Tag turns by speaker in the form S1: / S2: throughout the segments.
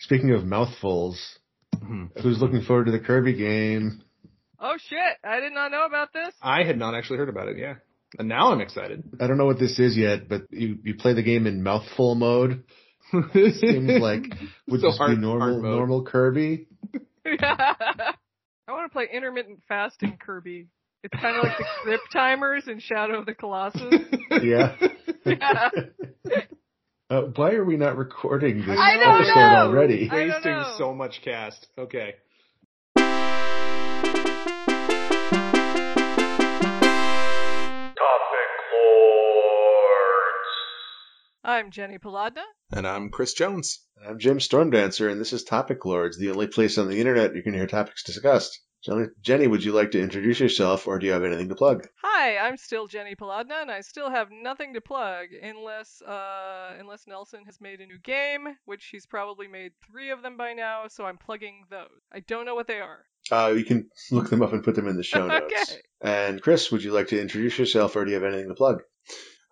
S1: Speaking of mouthfuls, who's looking forward to the Kirby game?
S2: Oh shit! I did not know about this.
S3: I had not actually heard about it. Yeah, and now I'm excited.
S1: I don't know what this is yet, but you, you play the game in mouthful mode. Seems like would
S3: So
S1: this
S3: hard-
S1: be normal
S3: hard mode.
S1: normal Kirby?
S2: I want to play intermittent fasting Kirby. It's kind of like the Crypt Timers in Shadow of the Colossus.
S1: Yeah.
S2: Yeah.
S1: Uh, why are we not recording this
S2: I don't
S1: episode
S2: know.
S1: already?
S2: I don't
S3: wasting
S2: know.
S3: so much cast. Okay.
S2: I'm Jenny Paladna.
S3: And I'm Chris Jones.
S1: I'm Jim Stormdancer, and this is Topic Lords, the only place on the internet you can hear topics discussed. Jenny, Jenny, would you like to introduce yourself, or do you have anything to plug?
S2: Hi, I'm still Jenny Paladna, and I still have nothing to plug unless uh, unless Nelson has made a new game, which he's probably made three of them by now. So I'm plugging those. I don't know what they are.
S1: Uh, you can look them up and put them in the show
S2: Okay.
S1: notes. And Chris, would you like to introduce yourself, or do you have anything to plug?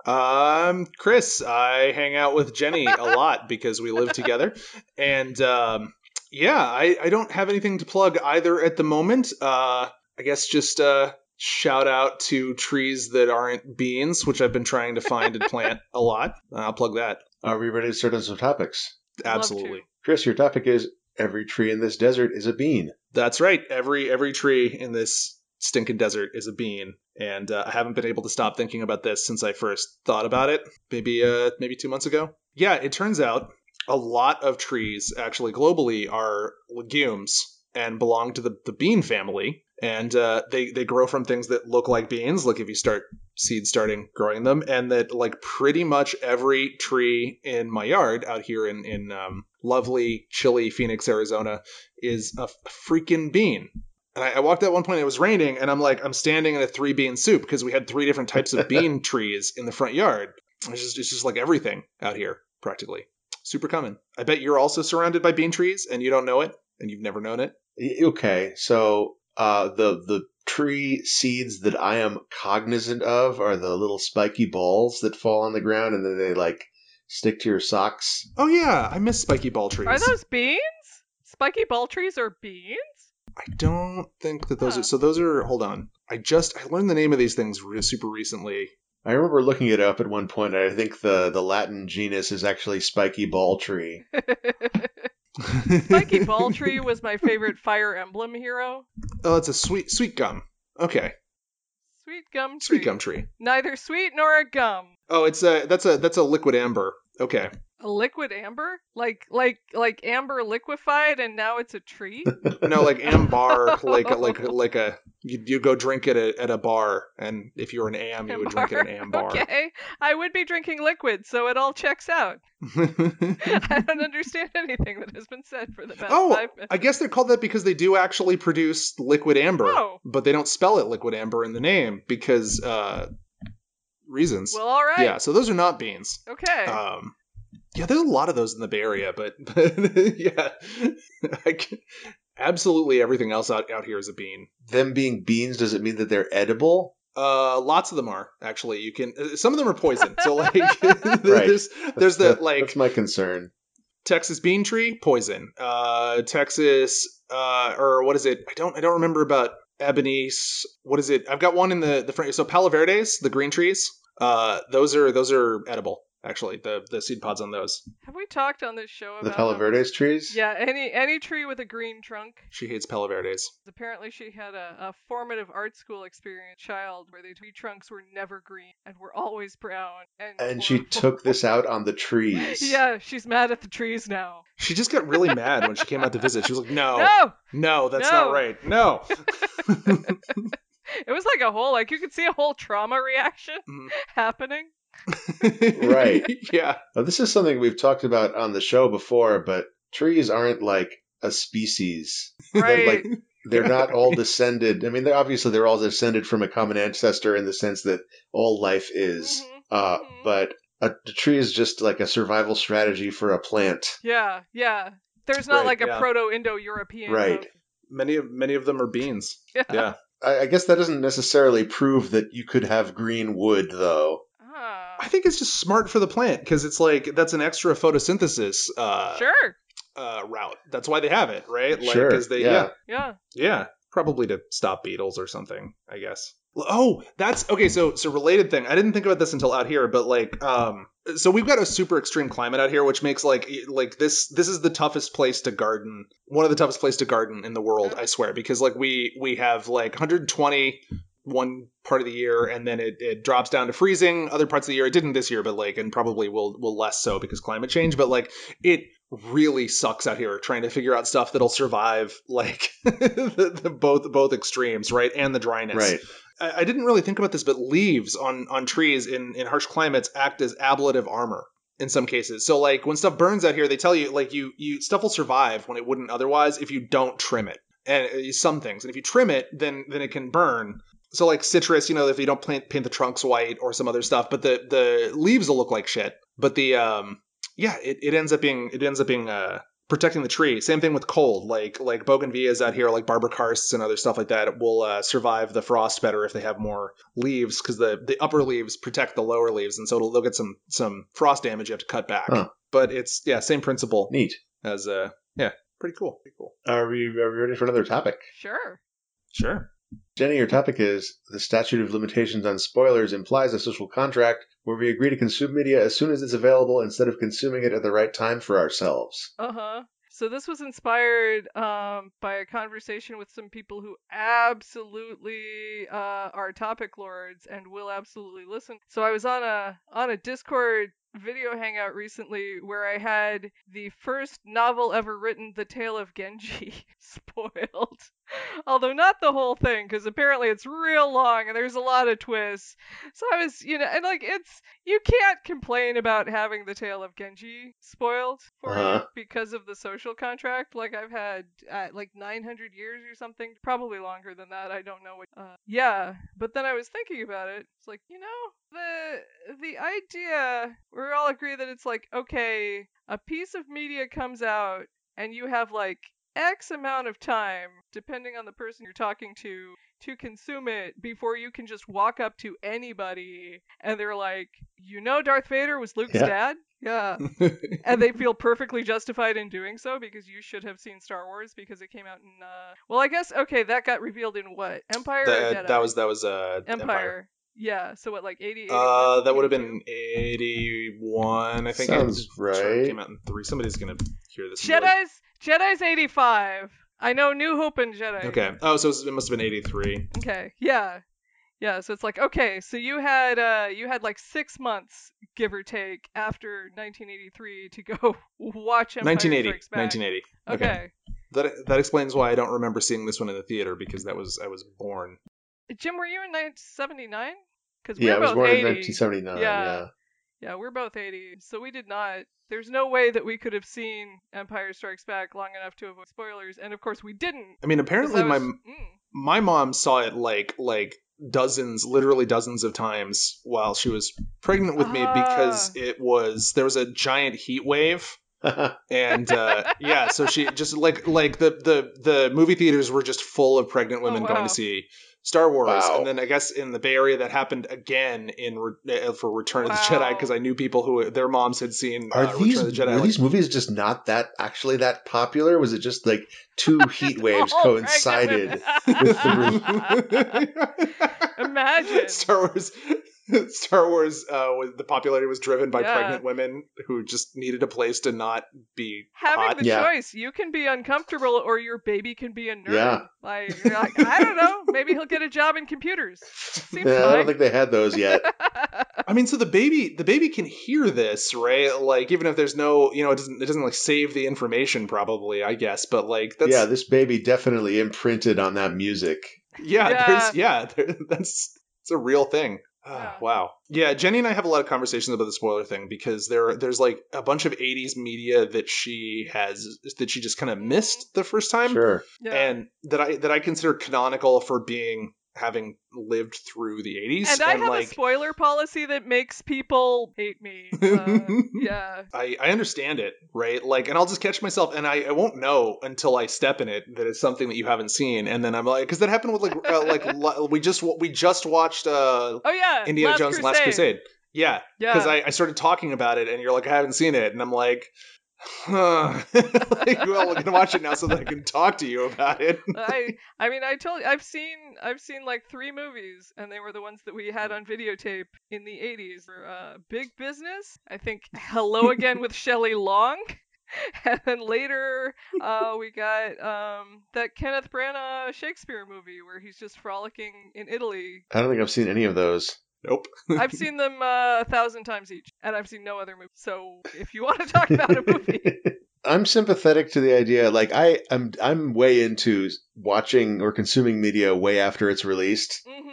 S3: Um, Chris, I hang out with Jenny a lot because we live together, and um, yeah, I, I don't have anything to plug either at the moment. Uh, I guess just uh, shout out to trees that aren't beans, which I've been trying to find and plant a lot. I'll plug that
S1: Are we ready to start on some topics?
S2: Love
S3: absolutely.
S2: to.
S1: Chris, your topic is every tree in this desert is a bean.
S3: That's right. Every every tree in this stinking desert is a bean, and uh, I haven't been able to stop thinking about this since I first thought about it. Maybe uh maybe two months ago. Yeah, it turns out a lot of trees actually globally are legumes and belong to the the bean family. And uh, they they grow from things that look like beans, like if you start seed starting growing them, and that like pretty much every tree in my yard out here in in um, lovely chilly Phoenix, Arizona, is a f- freaking bean. And I, I walked out one point, it was raining, and I'm like, I'm standing in a three bean soup because we had three different types of bean trees in the front yard. It's just, it's just like everything out here, practically. Super common. I bet you're also surrounded by bean trees and you don't know it and you've never known it.
S1: Y- Okay, so uh, the the tree seeds that I am cognizant of are the little spiky balls that fall on the ground and then they like stick to your socks.
S3: Oh, yeah, I miss spiky ball trees.
S2: Are those beans? Spiky ball trees are beans?
S3: I don't think that those
S2: Huh.
S3: are. So, those are. Hold on. I just. I learned the name of these things re- super recently.
S1: I remember looking it up at one point. and I think the the Latin genus is actually spiky ball tree.
S2: Spiky ball tree was my favorite Fire Emblem hero.
S3: oh, it's a sweet sweet gum. Okay.
S2: Sweet gum tree.
S3: Sweet gum tree.
S2: Neither sweet nor a gum.
S3: Oh, it's a. That's a. That's a liquid amber. Okay.
S2: A liquid amber? Like like like amber liquefied and now it's a tree?
S3: No, like am bar, like
S2: Oh.
S3: a, like a- like a you, you go drink at a at a bar, and if you were an am, you would drink at an am bar.
S2: Okay. I would be drinking liquid, so it all checks out. I don't understand anything that has been said for the past
S3: Oh,
S2: five minutes.
S3: I guess they're called that because they do actually produce liquid amber,
S2: Oh.
S3: but they don't spell it liquid amber in the name because uh, reasons.
S2: Well all right.
S3: Yeah, so those are not beans.
S2: Okay.
S3: Um, yeah, there's a lot of those in the Bay Area, but, but yeah, I can, absolutely everything else out out here is a bean.
S1: Them being beans does it mean that they're edible?
S3: Uh, lots of them are actually. You can uh, some of them are poison. So like, there's there's the
S1: That-
S3: like
S1: that's my concern.
S3: Texas bean tree poison. Uh, Texas uh or what is it? I don't I don't remember about Ebony's. What is it? I've got one in the the front. So Palo Verdes, the green trees. Uh, those are those are edible. Actually, the the seed pods on those.
S2: have we talked on this show about
S1: The Palo
S2: how-
S1: Verdes trees?
S2: Uh-huh. Yeah, any any tree with a green trunk.
S3: She hates Palo Verdes.
S2: Apparently, she had a, a formative art school experience child where the tree trunks were never green and were always brown. And,
S1: And she
S2: horrible.
S1: took this out on the trees.
S2: Yeah, she's mad at the trees now.
S3: She just got really mad when she came out to visit. She was like,
S1: Oh.
S3: "No, no,
S2: No,
S3: that's
S2: No.
S3: not right. No."
S2: it was like a whole like you could see a whole trauma reaction
S1: Mm-hmm.
S3: Mhm.
S2: happening.
S1: Right.
S3: yeah.
S1: Now, this is something we've talked about on the show before, but trees aren't like a species.
S2: Right.
S1: like- They're not all descended. I mean, they're obviously they're all descended from a common ancestor in the sense that all life is.
S2: Mhm,
S1: Uh,
S2: mhm.
S1: But a, a tree is just like a survival strategy for a plant.
S2: yeah, yeah. There's not
S3: Right,
S2: like a
S3: yeah.
S2: proto-indo-European.
S1: Right.
S2: of-
S3: Many of many of them are beans.
S2: Yeah.
S3: Yeah.
S1: I, I guess that doesn't necessarily prove that you could have green wood, though.
S2: Ah,
S3: I think it's just smart for the plant because it's like that's an extra photosynthesis uh,
S2: sure.
S3: uh, route. That's why they have it, right? Like,
S1: Sure,
S3: 'cause they,
S1: yeah.
S3: yeah,
S2: Yeah.
S3: yeah, probably to stop beetles or something, I guess. Oh, that's okay. So, so related thing. I didn't think about this until out here, but like, um, so we've got a super extreme climate out here, which makes like, like this, this is the toughest place to garden. One of the toughest place to garden in the world, I swear, because like we we have like 120 one part of the year, and then it, it drops down to freezing. Other parts of the year, it didn't this year, but like, and probably will will less so because climate change. But like, it really sucks out here trying to figure out stuff that'll survive like the, the both both extremes right and the dryness
S1: Right.
S3: I, I didn't really think about this but leaves on on trees in in harsh climates act as ablative armor in some cases so like when stuff burns out here they tell you like you you stuff will survive when it wouldn't otherwise if you don't trim it and uh, some things and if you trim it then then it can burn so like citrus you know if you don't paint paint the trunks white or some other stuff but the the leaves will look like shit but the um yeah, it, it ends up being it ends up being uh protecting the tree. Same thing with cold, like like bougainvilleas out here, like barbercarsts and other stuff like that will uh, survive the frost better if they have more leaves because the the upper leaves protect the lower leaves, and so it'll, they'll get some some frost damage you have to cut back.
S1: Huh.
S3: But it's yeah, same principle
S1: Neat.
S3: as uh yeah, pretty cool, pretty cool.
S1: Are we, are we ready for another topic?
S2: Sure.
S3: Sure.
S1: Jenny, your topic is the statute of limitations on spoilers implies a social contract where we agree to consume media as soon as it's available instead of consuming it at the right time for ourselves.
S2: Uh huh. So this was inspired um, by a conversation with some people who absolutely uh, are topic lords and will absolutely listen. So I was on a on a Discord video hangout recently where I had the first novel ever written, The Tale of Genji, spoiled. Although not the whole thing, because apparently it's real long and there's a lot of twists. So I was, you know, and like it's you can't complain about having the tale of Genji spoiled for
S1: Uh-huh.
S2: you because of the social contract. Like I've had uh, like 900 years or something, probably longer than that. I don't know what. Uh, yeah, but then I was thinking about it. It's like you know the the idea we all agree that it's like okay, a piece of media comes out and you have like X amount of time, depending on the person you're talking to, to consume it before you can just walk up to anybody and they're like, you know, Darth Vader was Luke's
S1: Yeah.
S2: dad? Yeah. and they feel perfectly justified in doing so because you should have seen Star Wars because it came out in, uh, well, I guess, okay, that got revealed in what? Empire or
S3: that,
S2: Jedi?
S3: that was that was uh
S2: Empire. Yeah. So what, like 88?
S3: Uh, that would have been eighty-one. I think
S1: Sounds
S3: It sort of
S1: right.
S3: Came out in three. Somebody's gonna hear this. and be like,
S2: Jedi's, Jedi's 85. I know New Hope and Jedi.
S3: Okay. Oh, so it must have been 83.
S2: Okay. Yeah. Yeah, so it's like okay, so you had uh you had like 6 months give or take after 1983 to go watch Empire
S3: 1980.
S2: Strikes Back.
S3: 1980.
S2: Okay.
S3: That that explains why I don't remember seeing this one in the theater because that was I was born.
S2: Jim, were you in 1979? Cuz we're
S1: yeah, I was
S2: both
S1: born
S2: 80.
S1: in 1979.
S2: Yeah.
S1: Yeah.
S2: Yeah, we're both 80. So we did not there's no way that we could have seen Empire Strikes Back long enough to avoid spoilers and of course we didn't.
S3: I mean,
S2: 'cause
S3: apparently
S2: I
S3: my
S2: was- mm.
S3: my mom saw it like like dozens, literally dozens of times while she was pregnant with me
S2: Ah.
S3: because it was there was a giant heat wave. and uh, yeah, so she just like like the the the movie theaters were just full of pregnant women
S2: Oh,
S3: going
S2: wow.
S3: to see Star Wars,
S1: Wow.
S3: and then I guess in the Bay Area that happened again in re- uh, for Return of the
S2: Wow.
S3: Jedi because I knew people who their moms had seen
S1: Are
S3: uh,
S1: these
S3: Return of the Jedi.
S1: were
S3: like-
S1: these movies just not that actually that popular? Was it just like two
S2: Oh,
S1: heat waves
S2: All pregnant
S1: coincided?
S2: women.
S1: with
S2: Imagine.
S3: Star Wars. Star Wars, uh, was- the popularity was driven by
S2: Yeah.
S3: pregnant women who just needed a place to not be
S2: having
S3: hot.
S2: the
S1: Yeah.
S2: choice you can be uncomfortable or your baby can be a nerd
S1: Yeah.
S2: like, you're like i don't know maybe he'll get a job in computers seems
S1: Yeah, I don't
S2: fine
S1: think they had those yet.
S3: I mean, so the baby, the baby can hear this, right? Like, even if there's no, you know, it doesn't, it doesn't like save the information, probably, I guess. But like, that's
S1: yeah,
S3: yeah,
S1: this baby definitely imprinted on that music.
S3: yeah,
S2: Yeah.
S3: there's, yeah, there, that's it's a real thing. Ah,
S2: Yeah.
S3: Wow. Yeah, Jenny and I have a lot of conversations about the spoiler thing because there there's like a bunch of 80s media that she has that she just kind of missed the first time
S1: Sure.
S2: Mm-hmm. yeah.
S3: and that I that I consider canonical for being having lived through the 80s
S2: And I have
S3: like
S2: a spoiler policy that makes people hate me. Uh, yeah.
S3: I, I understand it, right? Like, and I'll just catch myself, and I, I won't know until I step in it that it's something that you haven't seen, and then I'm like, because that happened with like, uh, like li- we just wa- we just watched uh,
S2: Oh yeah.
S3: Indiana
S2: Last
S3: Jones and Last Crusade, yeah,
S2: Yeah.
S3: because I, I started talking about it, and you're like, I haven't seen it, and I'm like, huh. like, well, we're gonna watch it now so that I can talk to you about it.
S2: I I mean I told I've seen I've seen like three movies and they were the ones that we had on videotape in the 80s. Were, Uh, Big Business, I think Hello Again with Shelley Long. And then later uh, we got um, that Kenneth Branagh Shakespeare movie where he's just frolicking in Italy.
S1: I don't think I've seen any of those.
S3: nope.
S2: I've seen them uh, a thousand times each, and I've seen no other movie. So if you want to talk about a movie,
S1: I'm sympathetic to the idea. Like I, I'm, I'm way into watching or consuming media way after it's released.
S2: hmm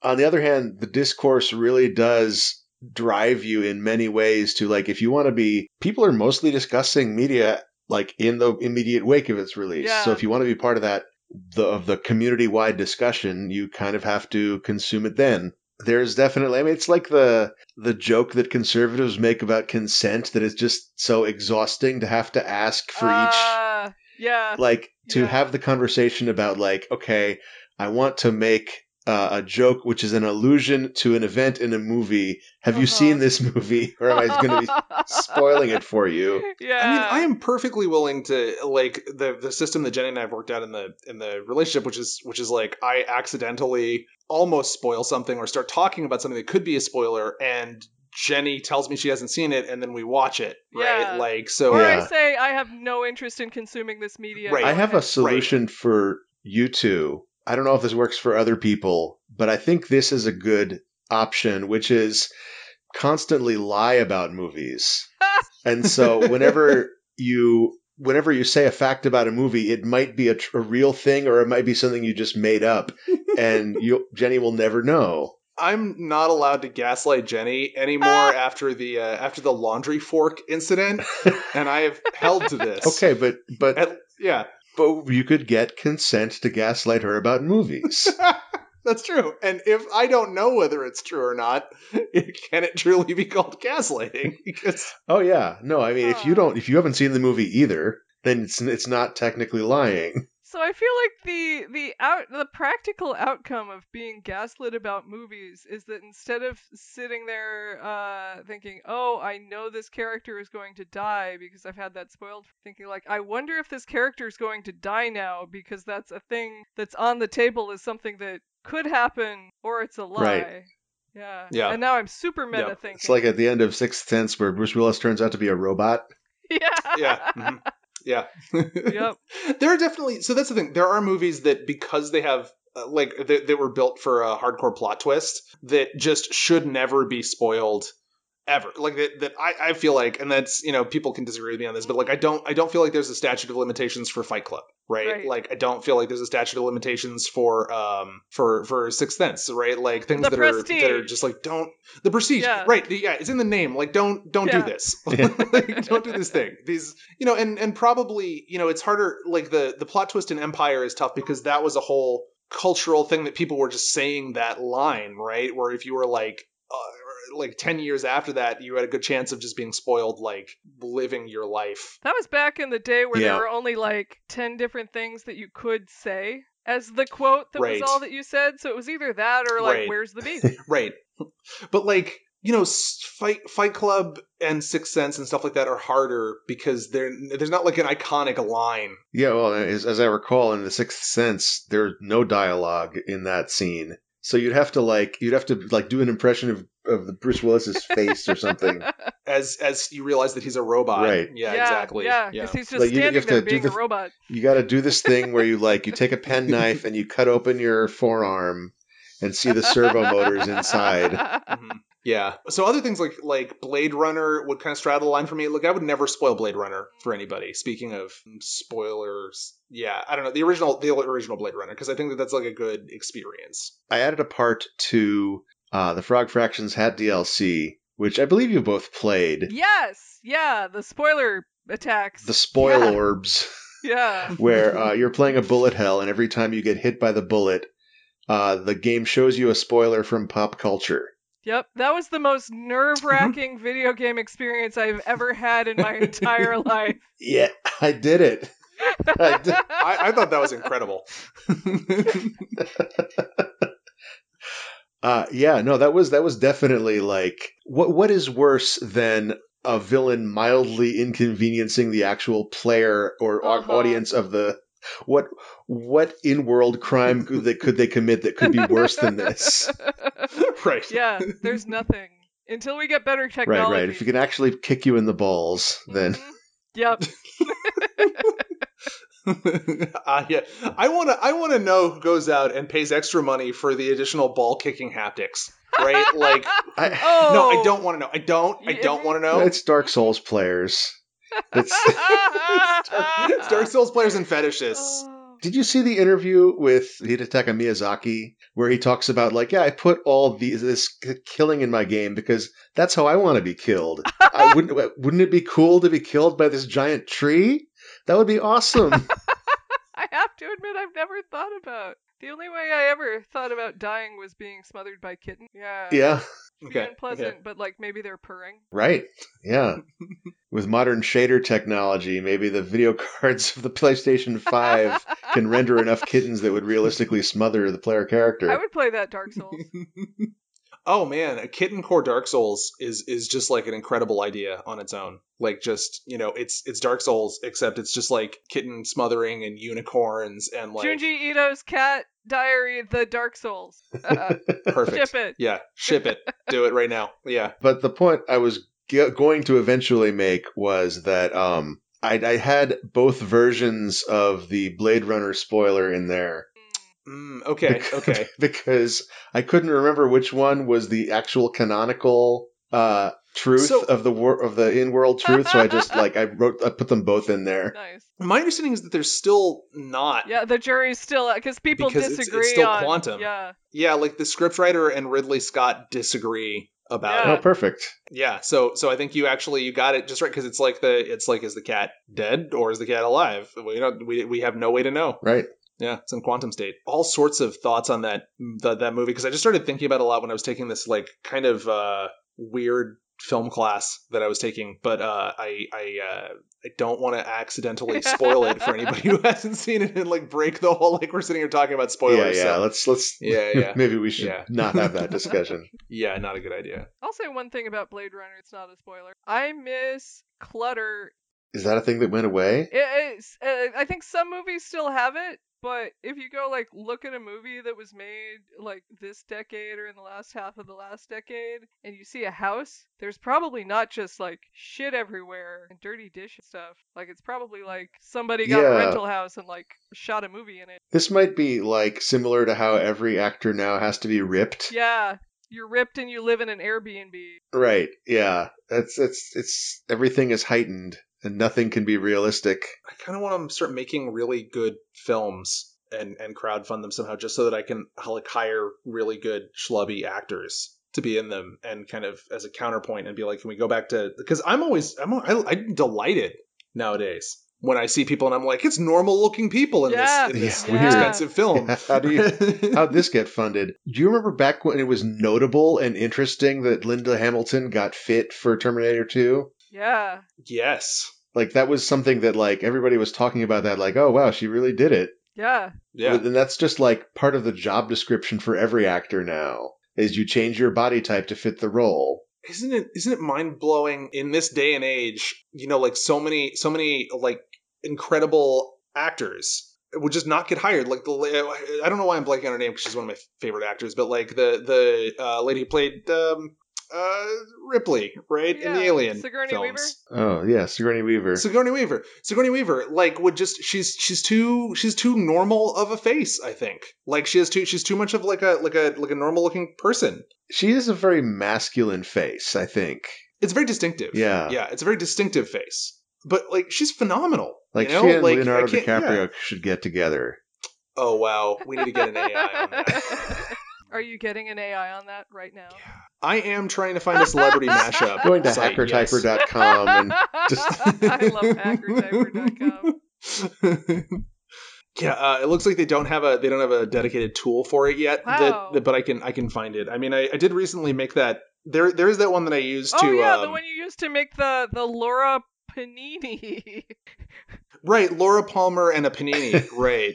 S1: on the other hand, the discourse really does drive you in many ways to like if you want to be people are mostly discussing media like in the immediate wake of its release.
S2: Yeah.
S1: So if you want to be part of that the of the community wide discussion, you kind of have to consume it then. There's definitely I mean it's like the the joke that conservatives make about consent that it's just so exhausting to have to ask for each
S2: uh, yeah,
S1: like to
S2: Yeah.
S1: have the conversation about like okay i want to make uh, a joke which is an allusion to an event in a movie have you
S2: Uh-huh.
S1: seen this movie or am i going to be spoiling it for you
S2: Yeah.
S3: I mean, I am perfectly willing to like the the system that Jenny and I have worked out in the in the relationship, which is which is like I accidentally almost spoil something or start talking about something that could be a spoiler, and Jenny tells me she hasn't seen it, and then we watch it, right?
S2: Yeah.
S3: Like so,
S2: Or I
S1: Yeah.
S2: say I have no interest in consuming this media.
S3: Right.
S2: Go
S1: i have a
S2: ahead.
S1: solution for you two i don't know if this works for other people but i think this is a good option which is constantly lie about movies And so whenever you whenever you say a fact about a movie, it might be a, tr- a real thing or it might be something you just made up, and you Jenny will never know.
S3: I'm not allowed to gaslight Jenny anymore after the uh, after the laundry fork incident, and I have held to this.
S1: Okay, but but
S3: At- yeah,
S1: but you could get consent to gaslight her about movies.
S3: that's true. And if I don't know whether it's true or not, it, can it truly be called gaslighting? Because
S1: oh yeah, no, I mean if you
S2: Huh.
S1: don't if you haven't seen the movie either, then it's it's not technically lying.
S2: So I feel like the the out the practical outcome of being gaslit about movies is that instead of sitting there uh, thinking, "Oh, I know this character is going to die because I've had that spoiled," thinking like, "I wonder if this character is going to die now because that's a thing that's on the table is something that could happen or it's a lie."
S1: Right.
S2: Yeah.
S3: Yeah.
S2: And now I'm super meta thinking.
S1: It's like at the end of Sixth Sense where Bruce Willis turns out to be a robot.
S2: yeah.
S3: yeah, mhm, yeah.
S2: yep.
S3: there are definitely so that's the thing there are movies that because they have uh, like they, they were built for a hardcore plot twist that just should never be spoiled ever like that, that I, I feel like and that's you know people can disagree with me on this but like i don't i don't feel like there's a statute of limitations for fight club right,
S2: Right.
S3: like i don't feel like there's a statute of limitations for um for for sixth sense right like things
S2: The
S3: that are that are
S2: Prestige.
S3: just like don't the prestige
S2: Yeah.
S3: right the- yeah it's in the name like don't don't
S2: Yeah.
S3: do this
S1: Yeah.
S3: like, don't do this thing these you know and and probably you know it's harder like the the plot twist in empire is tough because that was a whole cultural thing that people were just saying that line right where if you were like uh, like 10 years after that you had a good chance of just being spoiled like living your life
S2: That was back in the day where
S1: Yeah.
S2: there were only like 10 different things that you could say as the quote that
S3: Right.
S2: was all that you said. So it was either that or like,
S3: Right.
S2: where's the beef?
S3: right but like you know s- fight fight club and sixth sense and stuff like that are harder because there there's not like an iconic line
S1: Yeah, well, as, as I recall, in The Sixth Sense, there's no dialogue in that scene, so you'd have to like you'd have to like do an impression of of the Bruce Willis's face or something.
S3: as as you realize that he's a robot
S1: Right.
S3: yeah, exactly
S2: Yeah, because he's just
S1: Like, you- you
S2: standing
S1: have
S2: there
S1: to do
S2: being
S1: the-
S2: a robot.
S1: You got to do this thing where you like you take a penknife and you cut open your forearm and see the servo motors inside.
S3: Mhm. Yeah. So other things like like Blade Runner would kind of straddle the line for me. Like I would never spoil Blade Runner for anybody. Speaking of spoilers, yeah, I don't know the original the original Blade Runner because I think that that's like a good experience.
S1: I added a part to uh, the Frog Fractions Hat DLC, which I believe you both played.
S2: yes. Yeah. The spoiler attacks.
S1: The spoil
S2: Yeah.
S1: orbs.
S2: Yeah.
S1: where uh, you're playing a bullet hell, and every time you get hit by the bullet, uh, the game shows you a spoiler from pop culture.
S2: Yep. That was the most nerve wracking video game experience I've ever had in my entire life.
S1: Yeah, I did it. I did.
S3: I, I thought that was incredible.
S1: Uh, yeah, no, that was that was definitely like what what is worse than a villain mildly inconveniencing the actual player or au-
S2: Uh-huh.
S1: audience of the what what in world crime could they, could they commit that could be worse than this?
S3: right.
S2: yeah, there's nothing until we get better technology.
S1: Right, right. If you can actually kick you in the balls, then
S2: Mhm. Yep.
S3: uh, yeah. I want to. I want to know who goes out and pays extra money for the additional ball kicking haptics. Right. Like.
S1: I,
S2: Oh
S3: No, I don't want to know. I don't. I don't want to know.
S1: it's Dark Souls players. It's,
S3: it's Dark Souls players and fetishists.
S2: Oh.
S1: Did you see the interview with Hidetaka Miyazaki where he talks about like, yeah, I put all these this k- killing in my game because that's how I want to be killed. I wouldn't wouldn't it be cool to be killed by this giant tree? That would be awesome.
S2: I have to admit, I've never thought about. The only way I ever thought about dying was being smothered by kitten. Yeah.
S1: yeah,
S2: It'd be
S3: Okay.
S2: unpleasant, but like maybe they're purring.
S1: right. Yeah. With modern shader technology, maybe the video cards of the PlayStation 5 can render enough kittens that would realistically smother the player character.
S2: I would play that Dark Souls.
S3: okay. oh man, a kitten core Dark Souls is is just like an incredible idea on its own. Like just you know, it's it's Dark Souls except it's just like kitten smothering and unicorns and like
S2: Junji Ito's Cat Diary, The Dark Souls. Uh,
S3: perfect.
S2: ship it.
S3: Yeah, ship it. Do it right now. Yeah.
S1: But the point I was g- going to eventually make was that um, I, I had both versions of the Blade Runner spoiler in there
S3: Mm, okay. Okay.
S1: because I couldn't remember which one was the actual canonical uh, truth
S3: So-
S1: of the wor- of the in world truth. So I just like I wrote I put them both in there.
S3: Uh,
S2: Nice.
S3: My understanding is that there's still not.
S2: Yeah, the jury's still because people
S3: Because it's- it's
S2: disagree
S3: still
S2: on
S3: quantum.
S2: Yeah.
S3: Yeah, like the scriptwriter and Ridley Scott disagree about
S2: Yeah.
S1: Oh, perfect.
S3: it. Yeah. So so I think you actually you got it just right because it's like the it's like is the cat dead or is the cat alive? We don't we we have no way to know.
S1: Right.
S3: Yeah, it's in quantum state. All sorts of thoughts on that that, that movie because I just started thinking about it a lot when I was taking this like kind of uh, weird film class that I was taking, but uh, I I uh, I don't want to accidentally spoil it for anybody who hasn't seen it and like break the whole like we're sitting here talking about spoilers.
S1: yeah, yeah.
S3: so-
S1: Let's let's.
S3: yeah, yeah,
S1: Maybe we should
S3: Yeah.
S1: not have that discussion.
S3: yeah. Not a good idea.
S2: I'll say one thing about Blade Runner. It's not a spoiler. I miss clutter.
S1: Is that a thing that went away?
S2: It, it's, uh, I think some movies still have it, but if you go like look at a movie that was made like this decade or in the last half of the last decade, and you see a house, there's probably not just like shit everywhere and dirty dish and stuff. Like it's probably like somebody got
S1: Yeah.
S2: a rental house and like shot a movie in it.
S1: This might be like similar to how every actor now has to be ripped.
S2: Yeah, you're ripped and you live in an Airbnb.
S1: Right. Yeah. That's it's it's everything is heightened and nothing can be realistic.
S3: I kind of want to start making really good films and and crowdfund them somehow, just so that I can like hire really good schlubby actors to be in them and kind of as a counterpoint and be like, can we go back to? Because I'm always I'm I, I'm delighted nowadays when I see people and I'm like, it's normal looking people in
S2: Yeah.
S3: this in this
S1: Yeah,
S2: weird.
S3: expensive film.
S1: How do you how'd this get funded? Do you remember back when it was notable and interesting that Linda Hamilton got fit for Terminator 2?
S2: Yeah.
S3: yes.
S1: Like that was something that like everybody was talking about that like, oh wow, she really did it.
S2: Yeah.
S3: Yeah.
S1: And that's just like part of the job description for every actor now is you change your body type to fit the role.
S3: isn't it isn't it mind blowing in this day and age you know like so many so many like incredible actors would just not get hired like the i don't know why i'm blanking on her name because she's one of my favorite actors but like the the uh, lady who played um uh ripley right in the
S2: Yeah,
S3: alien
S2: Sigourney
S3: films.
S2: Weaver?
S1: Oh yeah, Sigourney Weaver.
S3: Sigourney Weaver. Sigourney Weaver, like, would just she's she's too she's too normal of a face. I think, like, she has too she's too much of like a like a like a normal looking person.
S1: she is a very masculine face, I think.
S3: It's very distinctive.
S1: Yeah.
S3: yeah, it's a very distinctive face. But like, she's phenomenal.
S1: Like
S3: you know?
S1: she and
S3: like,
S1: Leonardo
S3: I can't-
S1: DiCaprio
S3: yeah.
S1: should get together.
S3: Oh wow, we need to get an AI on that.
S2: Are you getting an AI on that right now?
S3: I am trying to find a celebrity mashup.
S1: Going to
S3: site, yes. Um,
S1: hackertyper.com and just-
S2: I love hackertyper.com.
S3: yeah, uh, it looks like they don't have a they don't have a dedicated tool for it yet. that-
S2: Wow.
S3: that- but I can I can find it. I mean, I, I did recently make that. There there is that one that I used
S2: Oh
S3: to.
S2: yeah, the
S3: um,
S2: one you used to make the the Laura Panini.
S3: right, Laura Palmer and a panini. right,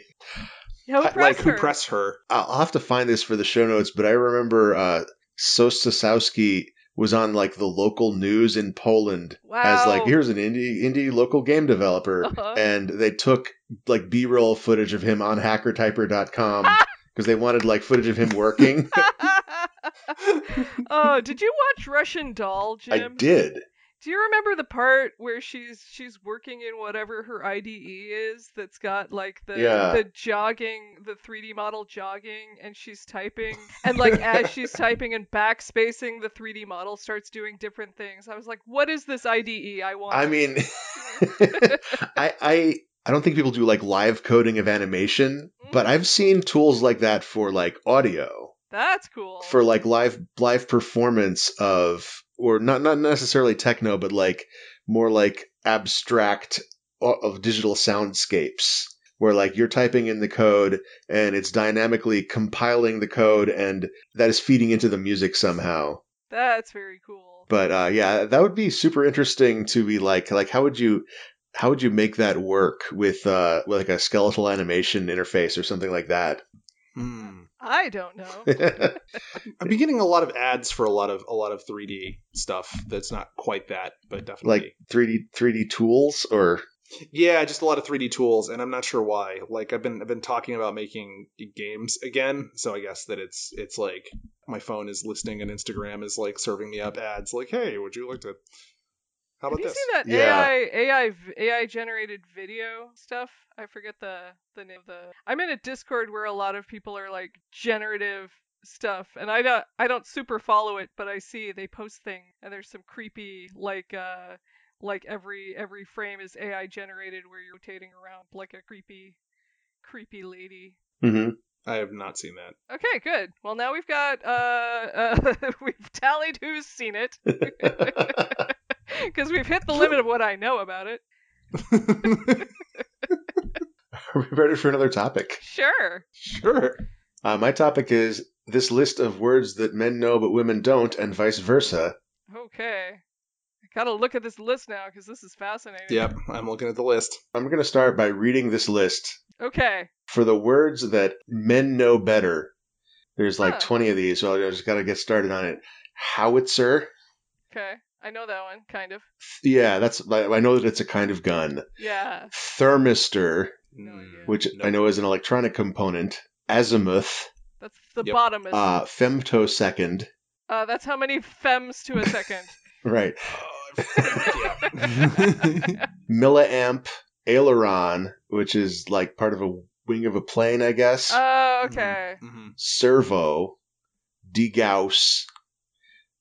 S2: Yeah, who
S3: like
S2: pressed
S3: who
S2: her?
S3: press her?
S1: I'll have to find this for the show notes, but I remember uh Sostasowski was on like the local news in Poland as like
S2: Wow.
S1: here's an indie indie local game developer
S2: Oh. Uh-huh.
S1: and they took like b-roll footage of him on hackertyper.com because they wanted like footage of him working.
S2: oh, did you watch Russian Doll,
S1: I
S2: Jim?
S1: did.
S2: Do you remember the part where she's she's working in whatever her IDE is that's got like the
S1: Yeah.
S2: the jogging the 3D model jogging and she's typing and like as she's typing and backspacing the 3D model starts doing different things. I was like, what is this IDE I want?
S1: I mean I I I don't think people do like live coding of animation, but I've seen tools like that for like audio.
S2: that's cool.
S1: for like live live performance of or not not necessarily techno but like more like abstract o- of digital soundscapes where like you're typing in the code and it's dynamically compiling the code and that is feeding into the music somehow
S2: that's very cool.
S1: but uh yeah that would be super interesting to be like like how would you how would you make that work with uh with like a skeletal animation interface or something like that
S3: Hmm.
S2: I don't know.
S3: I've been getting a lot of ads for a lot of a lot of 3D stuff that's not quite that, but
S1: like
S3: definitely.
S1: 3d 3d tools or
S3: yeah, just a lot of 3D tools, and I'm not sure why. Like I've been I've been talking about making games again, so I guess that it's it's like my phone is listening and Instagram is like serving me up ads like, hey, would you like to? How
S2: Have
S3: about
S2: you
S3: this?
S2: seen that
S1: Yeah.
S2: AI AI v- AI generated video stuff? I forget the the name of the. I'm in a Discord where a lot of people are like generative stuff, and I don't I don't super follow it, but I see they post things, and there's some creepy like uh like every every frame is AI generated where you're rotating around like a creepy creepy lady.
S1: Mhm.
S3: I have not seen that.
S2: Okay, good. Well, now we've got uh, uh we've tallied who's seen it because we've hit the limit of what I know about it.
S1: Are we ready for another topic?
S2: Sure.
S3: sure.
S1: Uh, my topic is this list of words that men know but women don't, and vice versa.
S2: Okay. I gotta look at this list now because this is fascinating.
S3: Yep, I'm looking at the list.
S1: I'm going to start by reading this list.
S2: Okay.
S1: For the words that men know better, there's like
S2: Huh.
S1: 20 of these, so I just got to get started on it. Howitzer.
S2: Okay. I know that one, kind of.
S1: Yeah, that's. I I know that it's a kind of gun.
S2: Yeah.
S1: Thermistor,
S2: No
S3: Hmm.
S2: idea.
S1: which I
S3: Nope.
S1: know is an electronic component. Azimuth.
S2: That's the
S3: Yep.
S2: bottom is. Uh,
S1: Uh, femtosecond.
S2: that's how many fems to a second.
S1: Right.
S3: Oh, yeah.
S1: Milliamp. Aileron, which is like part of a wing of a plane, I guess.
S2: Oh, okay.
S3: Mhm.
S1: servo, degauss.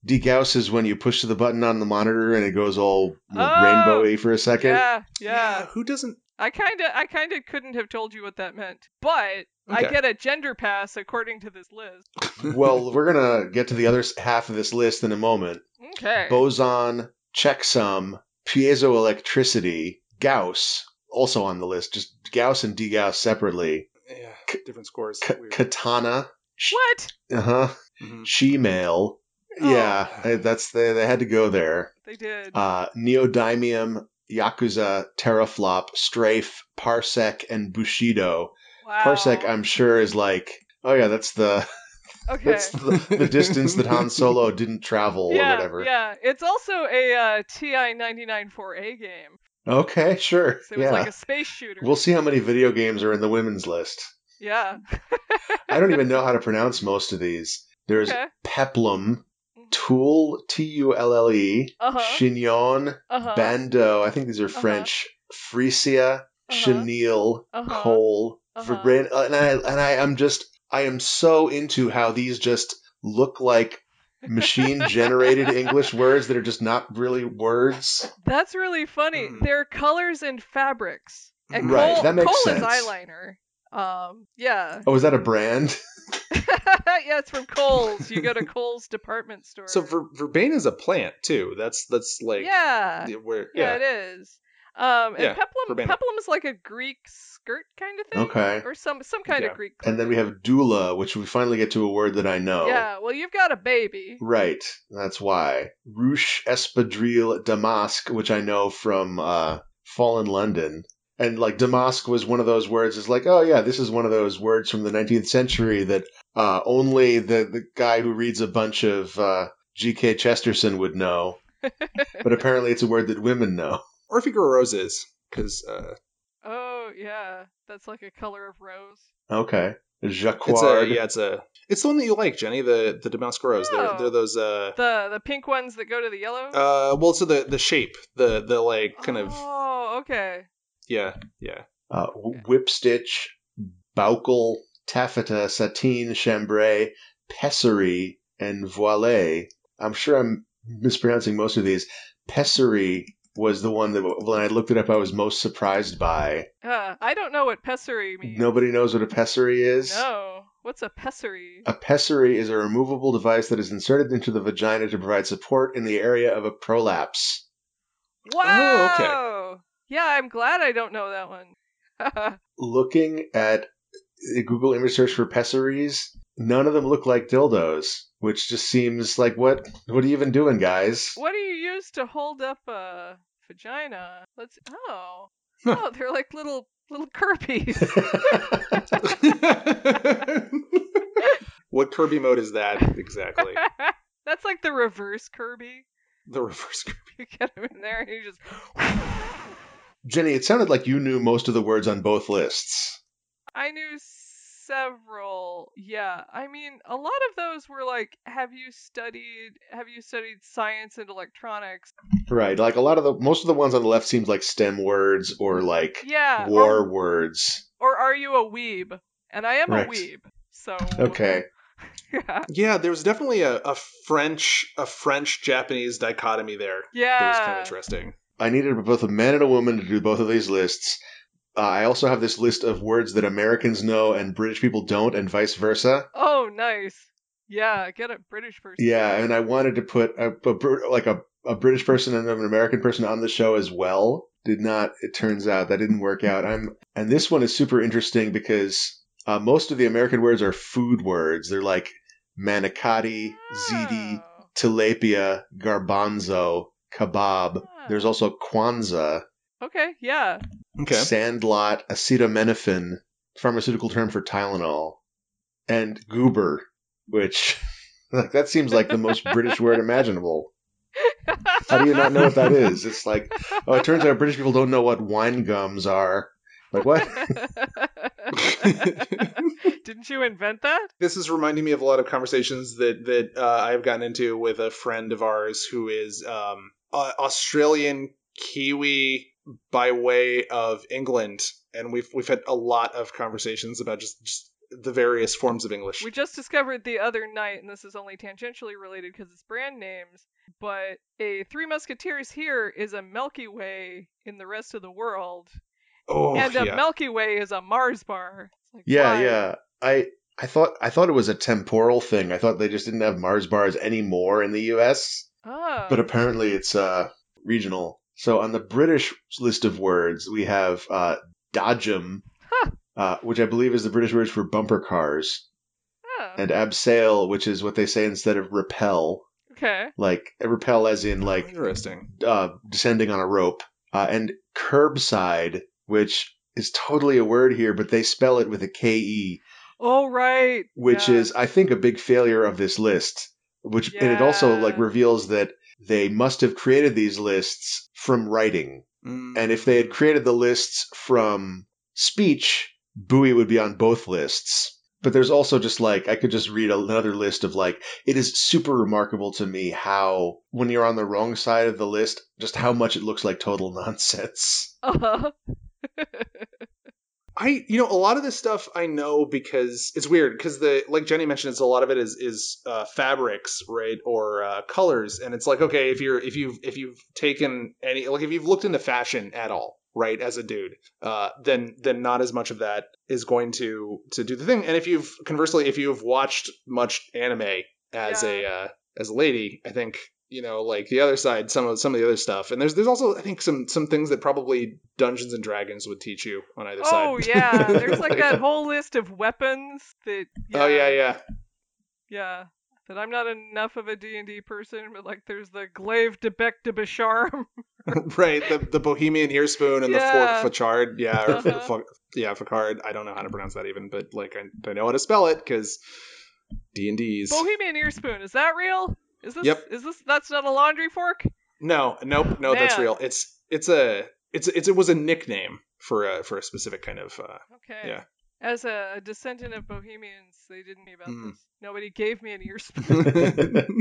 S1: Degauss is when you push the button on the monitor and it goes all you know,
S2: Oh,
S1: rainbowy for a second.
S2: Yeah, yeah.
S3: yeah. Who doesn't?
S2: I kinda, I kinda couldn't have told you what that meant, but I
S3: Okay.
S2: get a gender pass according to this list.
S1: Well, we're gonna get to the other s- half of this list in a moment.
S2: Okay.
S1: Boson, checksum, piezoelectricity, Gauss, also on the list. Just Gauss and degauss separately.
S3: Yeah,
S1: K-
S3: different scores.
S1: K-
S3: Weird.
S1: katana,
S2: what?
S1: uh huh.
S3: Mhm.
S1: Shemale.
S2: Oh.
S1: Yeah, I- that's they, they had to go there.
S2: They did.
S1: uh, Neodymium, Yakuza, Terraflop, Strafe, Parsec, and Bushido.
S2: wow.
S1: Parsec, uh, I'm sure, is like, oh yeah, that's the
S2: okay.
S1: that's the, the distance that Han Solo didn't travel
S2: yeah,
S1: or whatever.
S2: yeah. It's also a uh, TI 99-4A game.
S1: Okay, sure.
S2: So it was
S1: yeah,
S2: like a space shooter.
S1: we'll see how many video games are in the women's list.
S2: yeah.
S1: I don't even know how to pronounce most of these. There's
S2: Okay.
S1: Peplum,
S2: Mhm.
S1: Tool, T U L L E,
S2: Uh-huh.
S1: Chignon,
S2: Uh-huh.
S1: Bando. I think these are
S2: Uh-huh.
S1: French. Frisia,
S2: uh-huh.
S1: Chenille,
S2: Uh-huh.
S1: Cole,
S2: Uh-huh.
S1: Verbran- uh, and I and I am just I am so into how these just look like machine generated English words that are just not really words.
S2: That's really funny.
S3: Hmm.
S2: They're colors and fabrics. And
S1: Right,
S2: Cole,
S1: that makes
S2: Cole
S1: sense.
S2: is eyeliner. Um, yeah.
S1: Oh, is that a brand?
S2: yeah, it's from Cole's. You go to Cole's department store.
S3: So ver- verbena is a plant too. That's that's like
S2: yeah.
S3: the- where yeah.
S2: Yeah, it is. Um, and
S3: Yeah,
S2: peplum,
S3: verbena.
S2: peplum is like a Greek skirt kind of thing,
S1: Okay.
S2: or some some kind
S3: Yeah.
S2: of Greek.
S1: And then we
S2: clothing.
S1: have oh. doula, which we finally get to a word that I know.
S2: yeah. Well, you've got a baby.
S1: Right, that's why. Ruche Espadrille Damask, which I know from uh, Fallen London. And like Damask was one of those words, is like, oh yeah, this is one of those words from the 19th century that uh, only the, the guy who reads a bunch of uh, G.K. Chesterton would know, but apparently it's a word that women know.
S3: Orphe Rose is because uh,
S2: Oh yeah, that's like a color of rose.
S1: Okay.
S3: it's
S1: Jacquard.
S3: a yeah it's a it's the one that you like Jenny the the Damascus Rose they're
S2: Oh.
S3: they're those uh
S2: The the pink ones that go to the yellow.
S3: uh well so the the shape the the like kind of
S2: Oh okay.
S3: yeah yeah
S1: uh, whip stitch, baucle, taffeta, sateen, chambray, pessary, and voile. I'm sure I'm mispronouncing most of these. Pessary was the one that, when I looked it up, I was most surprised by.
S2: Uh, I don't know what pessary means.
S1: Nobody knows what a pessary is.
S2: No. What's a
S3: Uh,
S2: pessary?
S1: A pessary is a removable device that is inserted into the vagina to provide support in the area of a prolapse.
S3: oh,
S2: wow.
S3: okay.
S2: Yeah, I'm glad I don't know that one.
S1: Looking at the Google image search for pessaries, none of them look like dildos, which just seems like what? What are you even doing, guys?
S2: what do you use to hold up a vagina? Let's. Oh.
S3: Huh.
S2: Oh, they're like little little Kirby's.
S3: what Kirby mode is that exactly?
S2: That's like the reverse Kirby.
S3: The reverse Kirby.
S2: You get him in there and you just.
S1: Jenny, it sounded like you knew most of the words on both lists.
S2: I knew several. Yeah, I mean, a lot of those were like, have you studied? Have you studied science and electronics?
S1: Right, like a lot of the most of the ones on the left seemed like STEM words or like
S2: Yeah. um,
S1: war
S2: Or,
S1: words.
S2: or are you a weeb? And I am
S1: Right.
S2: a weeb. So.
S1: Okay.
S2: Yeah.
S3: Yeah, there was definitely a, a French a French Japanese dichotomy there. That was kind of
S2: Yeah.
S3: interesting.
S1: I needed both a man and a woman to do both of these lists. Uh, I also have this list of words that Americans know and British people don't, and vice versa.
S2: Oh, nice. Yeah, get a British person.
S1: Yeah, and I wanted to put a, a Br- like a, a British person and an American person on the show as well. Did not. It turns out that didn't work out. I'm and this one is super interesting because uh, most of the American words are food words. They're like manicotti, ziti,
S2: Oh.
S1: tilapia, garbanzo, kebab. There's also kwanzaa.
S2: Okay, yeah.
S3: Okay.
S1: Sandlot, acetaminophen, pharmaceutical term for Tylenol, and goober, which like that seems like the most British word imaginable. How do you not know what that is? It's like, oh, it turns out British people don't know what wine gums are. Like what?
S2: Didn't you invent that?
S3: This is reminding me of a lot of conversations that that uh, I've gotten into with a friend of ours who is um, uh, Australian Kiwi by way of England, and we've we've had a lot of conversations about just, just the various forms of English.
S2: We just discovered the other night, and this is only tangentially related because it's brand names, but a Three Musketeers here is a Milky Way in the rest of the world,
S3: oh,
S2: and a
S3: yeah.
S2: Milky Way is a Mars bar. It's like,
S1: Yeah,
S2: why?
S1: yeah. I I thought I thought it was a temporal thing. I thought they just didn't have Mars bars anymore in the U.S.
S2: Oh.
S1: but apparently it's uh, regional. So on the British list of words, we have uh, dodgem,
S2: Huh.
S1: uh, which I believe is the British word for bumper cars,
S2: oh,
S1: and abseil, which is what they say instead of repel,
S2: okay.
S1: like repel as in like
S3: interesting.
S1: uh, descending on a rope, uh, and curbside, which is totally a word here, but they spell it with a K E,
S2: Oh, right.
S1: which
S2: Yeah.
S1: is I think a big failure of this list. Which and it also like
S2: Yeah.
S1: reveals that they must have created these lists from writing.
S3: Mm.
S1: And if they had created the lists from speech, Bowie would be on both lists. But there's also just like, I could just read another list of like, it is super remarkable to me how, when you're on the wrong side of the list, just how much it looks like total nonsense.
S2: Uh-huh.
S3: I you know a lot of this stuff I know because it's weird because the like Jenny mentioned it's a lot of it is is uh, fabrics right or uh, colors and it's like okay if you're if you've if you've taken any like if you've looked into fashion at all right as a dude uh, then then not as much of that is going to to do the thing and if you've conversely if you've watched much anime as a uh, as a lady I think you know like the other side some of some of the other stuff and there's there's also I think some some things that probably Dungeons and Dragons would teach you on either side
S2: Oh, yeah. There's like that whole list of weapons that.
S3: Oh yeah, yeah.
S2: Yeah. That I'm not enough of a D&D person, but like there's the glaive de bec de Bicharm.
S3: right, the the Bohemian ear spoon and the
S2: Yeah.
S3: fork fachard. Yeah, or
S2: Uh-huh.
S3: fa- yeah, facard. I don't know how to pronounce that even, but like I, I know how to spell it because D and D's.
S2: Bohemian ear spoon, is that real? Is this?
S3: Yep.
S2: Is this? That's not a laundry fork.
S3: No, nope, no, that's
S2: Man.
S3: real. It's it's a it's it's it was a nickname for a for a specific kind of uh,
S2: Okay.
S3: Yeah.
S2: As a, a descendant of Bohemians, they didn't hear about
S3: Mm.
S2: this. Nobody gave me an ear spoon.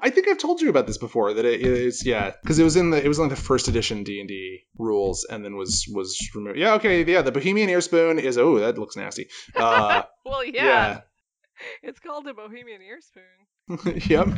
S3: I think I've told you about this before. That it is, yeah, because it was in the it was in the first edition D and D rules, and then was was removed. Yeah, okay, yeah. The Bohemian ear spoon is oh, that looks nasty. Uh,
S2: well, yeah.
S3: yeah,
S2: It's called a Bohemian ear spoon.
S3: yep.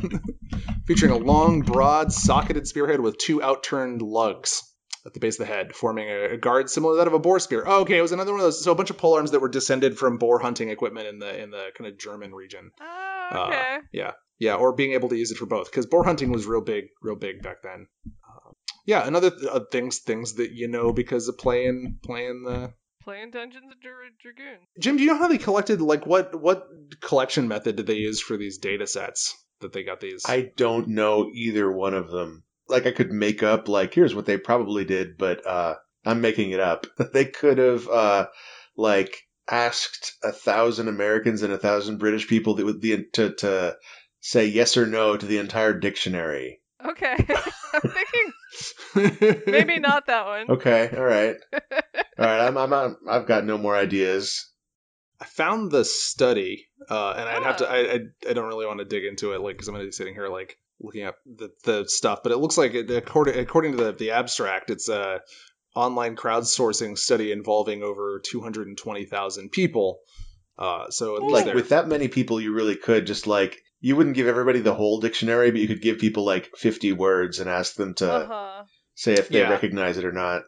S3: Featuring a long, broad, socketed spearhead with two outturned lugs at the base of the head, forming a, a guard similar to that of a boar spear. Oh, okay, it was another one of those. So a bunch of pole arms that were descended from boar hunting equipment in the in the kind of German region.
S2: Oh,
S3: Uh,
S2: okay.
S3: yeah or being able to use it for both because boar hunting was real big real big back then um, yeah another th- uh, things things that you know because of playing playing the
S2: Playing Dungeons and Dra- Dragoons.
S3: jim do you know how they collected like what what collection method did they use for these data sets that they got these
S1: I don't know either one of them. Like I could make up like here's what they probably did, but uh I'm making it up. they could have uh like asked a thousand Americans and a thousand British people that would the to to say yes or no to the entire dictionary.
S2: Okay. I'm thinking maybe not that one.
S1: Okay, all right. All right, I'm I'm, I'm I've got no more ideas.
S3: i found the study uh and i'd have to
S2: Ah.
S3: I, I i don't really want to dig into it like because i'm gonna be sitting here like looking up the, the stuff but it looks like it, according according to the, the abstract it's a online crowdsourcing study involving over 220,000 people. Uh, so at least
S2: Who's
S1: like
S3: there.
S1: with that many people you really could just like you wouldn't give everybody the whole dictionary, but you could give people like 50 words and ask them to
S2: Uh huh.
S1: say if they
S3: Yeah.
S1: recognize it or not.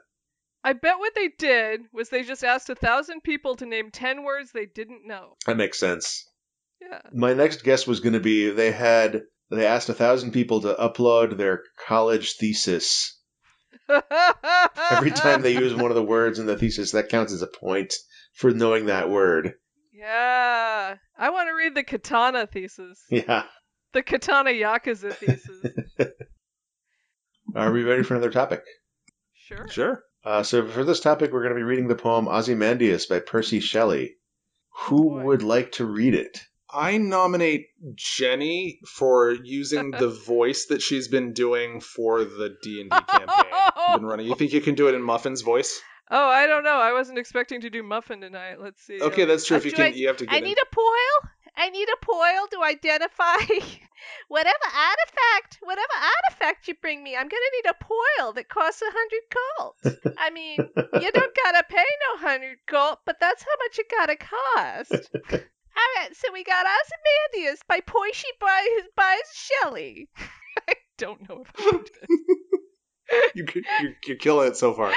S2: I bet what they did was they just asked a thousand people to name ten words they didn't know.
S1: That makes sense.
S2: Yeah.
S1: My next guess was going to be they had they asked a thousand people to upload their college thesis. Every time they use one of the words in the thesis, that counts as a point for knowing that word.
S2: Yeah. I want to read the Katana thesis.
S1: Yeah.
S2: The Katana Yakuza thesis.
S1: Are we ready for another topic?
S2: Sure.
S3: Sure.
S1: Uh, so for this topic, we're going to be reading the poem Ozymandias by Percy Shelley. Who
S2: Boy.
S1: would like to read it?
S3: I nominate Jenny for using the voice that she's been doing for the D&D campaign. Been running. You think you can do it in Muffin's voice?
S2: Oh, I don't know. I wasn't expecting to do muffin tonight. Let's see.
S3: Okay, that's true. If you
S2: Do
S3: can,
S2: I-
S3: you have to get
S4: I
S3: in.
S4: need a poil. I need a poil to identify whatever artifact, whatever artifact you bring me. I'm gonna need a poil that costs a hundred gold. I mean, you don't gotta pay no hundred gold, but that's how much it gotta cost. All right, so we got Ozymandias by Poishy by by Shelley.
S2: don't know if I can do this.
S3: you, could- you're, you're killing it so far.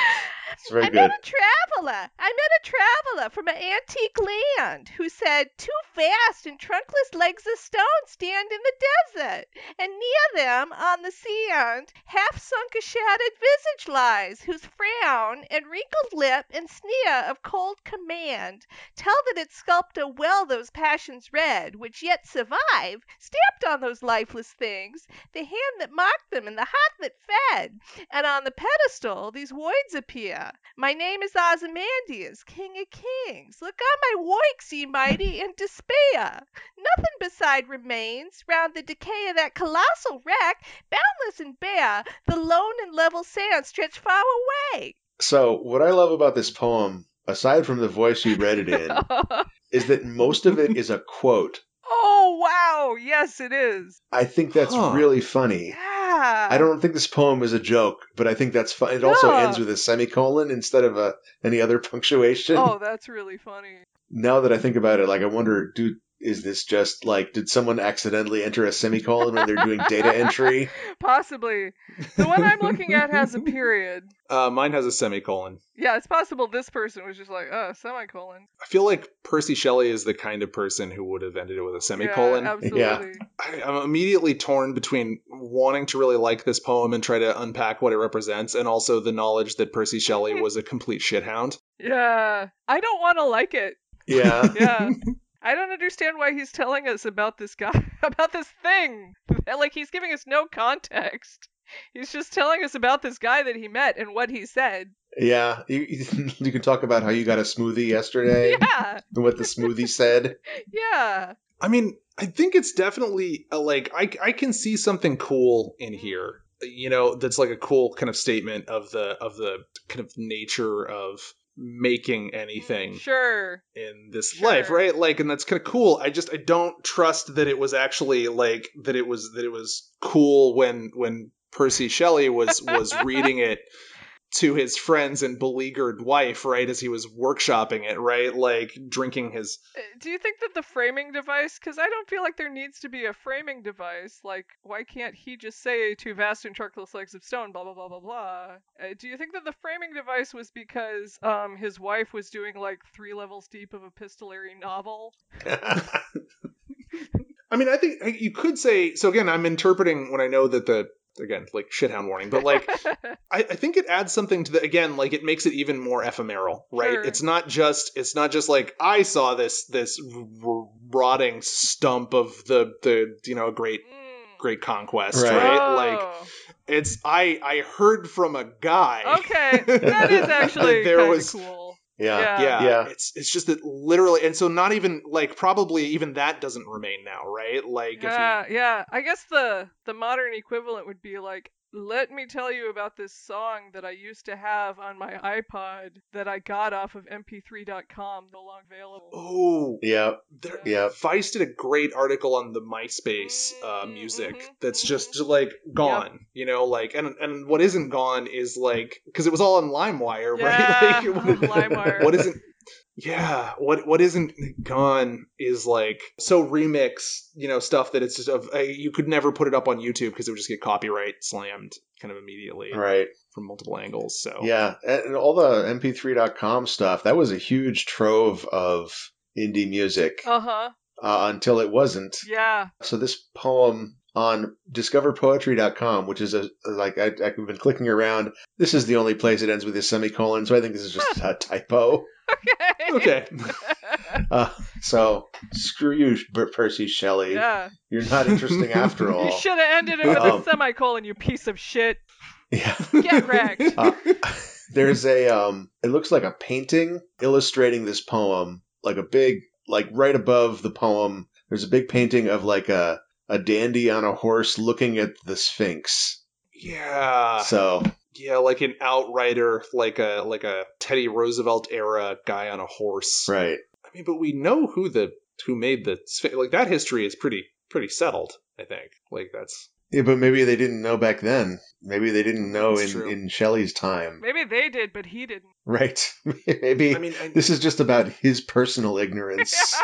S1: It's very
S4: I
S1: good.
S4: met a traveler. I met a traveler from an antique land who said, Two vast and trunkless legs of stone stand in the desert, and near them, on the sand, half sunk a shattered visage lies, whose frown and wrinkled lip and sneer of cold command tell that its sculptor well those passions read, which yet survive, stamped on those lifeless things, the hand that marked them and the heart that fed. And on the pedestal, these voids appear. My name is Ozymandias, King of Kings. Look on my works, ye mighty, and despair. Nothing beside remains round the decay of that colossal wreck, boundless and bare. The lone and level sands stretch far away.
S1: So, what I love about this poem, aside from the voice you read it in, is that most of it is a quote.
S2: oh wow! Yes, it is.
S1: I think that's
S3: Huh.
S1: really funny.
S2: Yeah.
S1: I don't think this poem is a joke, but I think that's fun. It also
S2: Yeah.
S1: ends with a semicolon instead of a, any other punctuation.
S2: Oh, that's really funny.
S1: Now that I think about it, like I wonder, do is this just like did someone accidentally enter a semicolon when they're doing data entry?
S2: Possibly. The one I'm looking at has a period.
S3: Uh, mine has a semicolon.
S2: Yeah, it's possible this person was just like,
S4: "Uh,
S2: oh, semicolon.
S3: I feel like Percy Shelley is the kind of person who would have ended it with a semicolon.
S2: Yeah, absolutely.
S3: I, I'm immediately torn between wanting to really like this poem and try to unpack what it represents, and also the knowledge that Percy Shelley was a complete shithound.
S2: Yeah. I don't want to like it.
S1: Yeah.
S2: Yeah. I don't understand why he's telling us about this guy, about this thing. like, he's giving us no context. He's just telling us about this guy that he met and what he said.
S1: Yeah. You, you can talk about how you got a smoothie yesterday
S2: Yeah.
S1: and what the smoothie said.
S2: Yeah.
S3: I mean, I think it's definitely uh, like I I can see something cool in here. You know, that's like a cool kind of statement of the of the kind of nature of making
S2: Mm.
S3: anything
S2: Sure.
S3: in this
S2: Sure.
S3: life, right? Like, and that's kind of cool. I just I don't trust that it was actually like that it was that it was cool when when Percy Shelley was was reading it to his friends and beleaguered wife, right? As he was workshopping it, right? Like drinking his
S2: Uh, Do you think that the framing device? Because I don't feel like there needs to be a framing device. Like, why can't he just say two vast and trunkless legs of stone? Blah blah blah blah blah. Uh, do you think that the framing device was because um his wife was doing like three levels deep of epistolary novel?
S3: I mean, I think I- you could say so. Again, I'm interpreting when I know that the again like shithound warning, but like
S2: Hmm.
S3: I, I think it adds something to the again like it makes it even more ephemeral, right?
S2: Sure.
S3: It's not just it's not just like I saw this this r- rotting stump of the the you know great
S2: Mm.
S3: great conquest,
S1: Right.
S3: right? Like
S2: Oh.
S3: it's I I heard from a guy.
S2: okay, that is actually
S3: There
S2: kind of
S3: was-
S2: cool.
S1: Yeah.
S3: Yeah,
S1: Yeah.
S3: it's it's just that literally, and so not even like probably even that doesn't remain now, right? Like if you,
S2: Yeah, yeah. I guess the the modern equivalent would be like, let me tell you about this song that I used to have on my iPod that I got off of mp3.com, no longer available.
S3: oh,
S1: Yeah.
S3: there,
S1: Yeah.
S3: Vice did a great article on the MySpace uh,
S2: Mm,
S3: music
S2: mhm,
S3: that's
S2: mhm.
S3: just like gone, you know, like and and what isn't gone is like because it was all on LimeWire,
S2: Yeah,
S3: Oh, right? Like
S2: LimeWire.
S3: what isn't yeah what what isn't gone is like so remix you know stuff that it's just of uh, you could never put it up on youtube because it would just get copyright slammed kind of immediately
S1: Right.
S3: from multiple angles so
S1: Yeah. And all the mp3.com stuff, that was a huge trove of indie music
S2: Uh huh.
S1: uh, until it wasn't.
S2: Yeah.
S1: So this poem on discoverpoetry.com, which is a like I, I've been clicking around. This is the only place it ends with a semicolon, so I think this is just a typo.
S3: okay
S1: Uh, so screw you, Per- Percy Shelley.
S2: yeah.
S1: You're not interesting after all.
S3: Oh.
S2: You should have ended it with
S1: Um,
S2: a semicolon, you piece of shit.
S1: Yeah.
S2: Get wrecked.
S1: Uh, there's a um it looks like a painting illustrating this poem like a big like right above the poem there's a big painting of like a a dandy on a horse looking at the sphinx
S2: Ah.
S3: yeah
S1: so
S3: Yeah, like an outrider, like a like a Teddy Roosevelt era guy on a horse.
S1: right
S3: I mean, but we know who the who made the Sphinx- like that history is pretty pretty settled. I think like that's
S1: yeah but maybe they didn't know back then maybe they didn't know
S3: That's
S1: in
S3: true.
S1: in shelley's time
S2: Maybe they did, but he didn't.
S1: right maybe
S3: I mean, I,
S1: this is just about his personal ignorance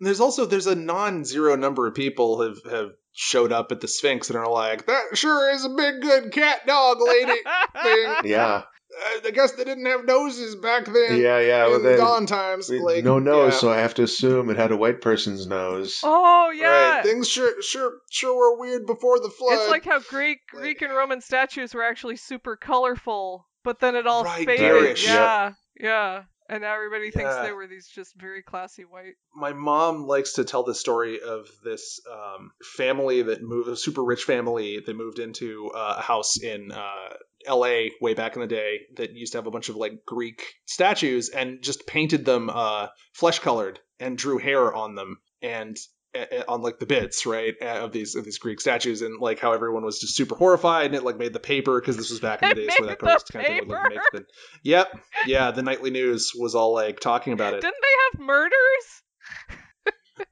S3: there's also there's a non-zero number of people have have showed up at the Sphinx and are like, that sure is a big good cat dog lady.
S1: yeah
S3: I I guess they didn't have noses back then.
S1: yeah yeah
S3: in
S1: well,
S3: the
S1: they-
S3: dawn times, like
S1: no nose
S3: yeah.
S1: so i have to assume it had a white person's nose
S2: Oh yeah.
S3: Right. Things sure sure sure were weird before the flood.
S2: It's like how Greek Greek and Roman statues were actually super colorful, but then it all
S3: Right,
S2: faded.
S1: garish.
S2: Yeah, yeah. And now everybody thinks
S3: Yeah.
S2: they were these just very classy white.
S3: my mom likes to tell the story of this um, family that moved, a super rich family that moved into uh, a house in uh, L.A. way back in the day that used to have a bunch of like Greek statues and just painted them uh, flesh colored and drew hair on them and uh, uh, on like the bits right uh, of these of these Greek statues and like how everyone was just super horrified and it like made the paper because this was back in the
S2: It
S3: days where
S2: made
S3: that kind of
S2: the
S3: kind of thing would like,
S2: paper?
S3: make the yep yeah the nightly news was all like talking about it
S2: Didn't they have murders?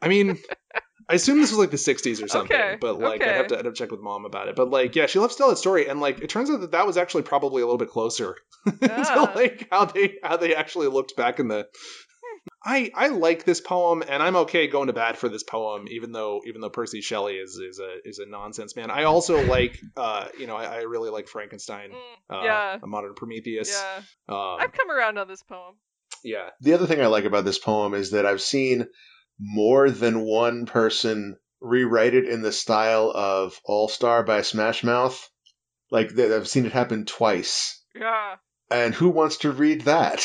S3: I mean, I assume this was like the 60s or something,
S2: Okay,
S3: but like I'd
S2: okay.
S3: have to I'd have to check with mom about it. But like, yeah, she loves to tell that story, and like it turns out that that was actually probably a little bit closer
S2: Yeah.
S3: to like how they how they actually looked back in the. I I like this poem, and I'm okay going to bat for this poem, even though even though Percy Shelley is is a is a nonsense man. I also like uh you know I, I really like Frankenstein,
S2: Mm,
S3: uh,
S2: yeah,
S3: a modern Prometheus.
S2: yeah.
S3: Um,
S2: I've come around on this poem.
S3: yeah,
S1: the other thing I like about this poem is that I've seen more than one person rewrite it in the style of All Star by Smash Mouth. Like th- I've seen it happen twice.
S2: Yeah.
S1: And who wants to read that?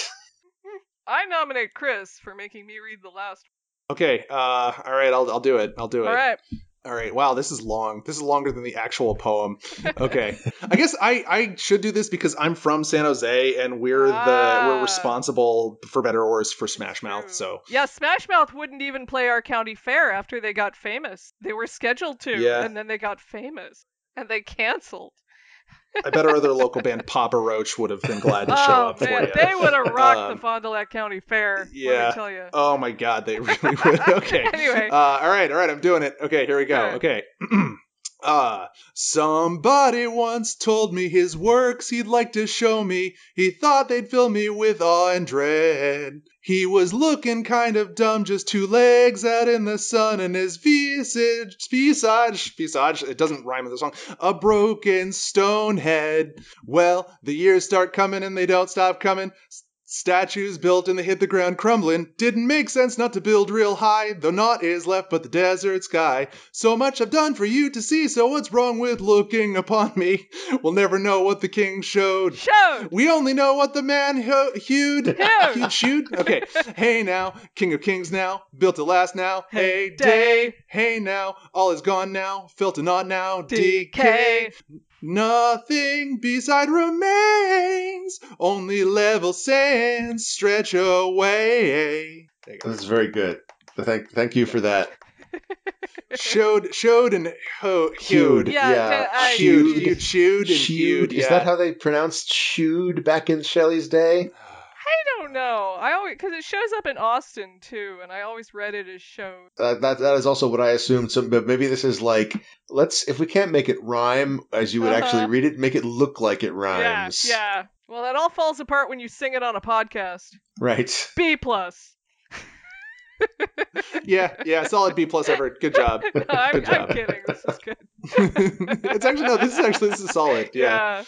S2: I nominate Chris for making me read the last.
S3: okay, uh, all right, I'll I'll do it. I'll do it.
S2: All right.
S3: All right. Wow, this is long. This is longer than the actual poem. Okay. I guess I, I should do this because I'm from San Jose and we're the
S2: Ah. Hmm.
S3: we're responsible for better or worse for Smash Mouth.
S2: True.
S3: So
S2: Yeah, Smash Mouth wouldn't even play our county fair after they got famous. They were scheduled to,
S3: Yeah.
S2: and then they got famous, and they canceled.
S3: I bet our other local band Papa Roach would have been glad to show
S2: Oh
S3: up
S2: man,
S3: for you.
S2: they would have rocked
S3: Um,
S2: the Fond du Lac County Fair. Let
S3: yeah.
S2: me tell you.
S3: Oh my god, they really would. Okay.
S2: Anyway.
S3: Uh, all right, all right, I'm doing it. Okay, here we go.
S2: Sure.
S3: Okay. uh somebody once told me his works he'd like to show me. He thought they'd fill me with awe and dread. He was looking kind of dumb, just two legs out in the sun, and his visage, visage, visage, it doesn't rhyme with the song, a broken stone head. Well, the years start coming and they don't stop coming. S- Statues built and they hit the ground crumbling. Didn't make sense not to build real high, though naught is left but the desert sky. So much I've done for you to see, so what's wrong with looking upon me? We'll never know what the king showed.
S2: Showed.
S3: We only know what the man ho- hewed.
S2: Hewed.
S3: Hewed, shewed. Okay. Hey now, king of kings now, built to last now. Hey day.
S2: day.
S3: Hey now, all is gone now, filled to naught now.
S2: DK.
S3: Nothing beside remains, only level sands stretch away. There you go.
S1: That's very good. Thank, thank you for that.
S3: Showed, showed, and ho-
S1: Hewed.
S3: hewed.
S2: Yeah, uh,
S1: Yeah,
S2: da- I-
S1: hewed.
S3: Hewed, hewed, shewed, and hewed.
S1: Chewed. Is
S3: yeah.
S1: that how they pronounced chewed back in Shelley's day?
S2: I don't know. I always because it shows up in Austin too, and I always read it as showed.
S1: Uh, that that is also what I assumed. So, but maybe this is like let's if we can't make it rhyme as you would actually
S2: Uh-huh.
S1: read it, make it look like it rhymes.
S2: Yeah, yeah. Well, that all falls apart when you sing it on a podcast.
S1: Right.
S2: B plus.
S3: yeah, yeah, solid B plus effort. Good job.
S2: No, I'm,
S3: Good
S2: I'm
S3: job.
S2: kidding. This is good.
S3: it's actually no. This is actually this is solid. Yeah.
S2: Yeah.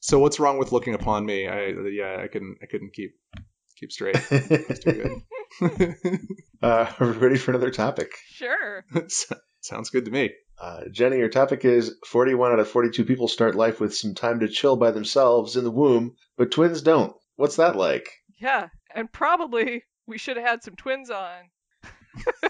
S3: So what's wrong with looking upon me? I yeah. I couldn't. I couldn't keep keep straight. It's too good.
S1: uh, are we ready for another topic?
S2: Sure.
S3: So- Sounds good to me.
S1: Uh, Jenny, your topic is 41 out of 42 people start life with some time to chill by themselves in the womb, but twins don't. What's that like?
S2: Yeah. And probably we should have had some twins on.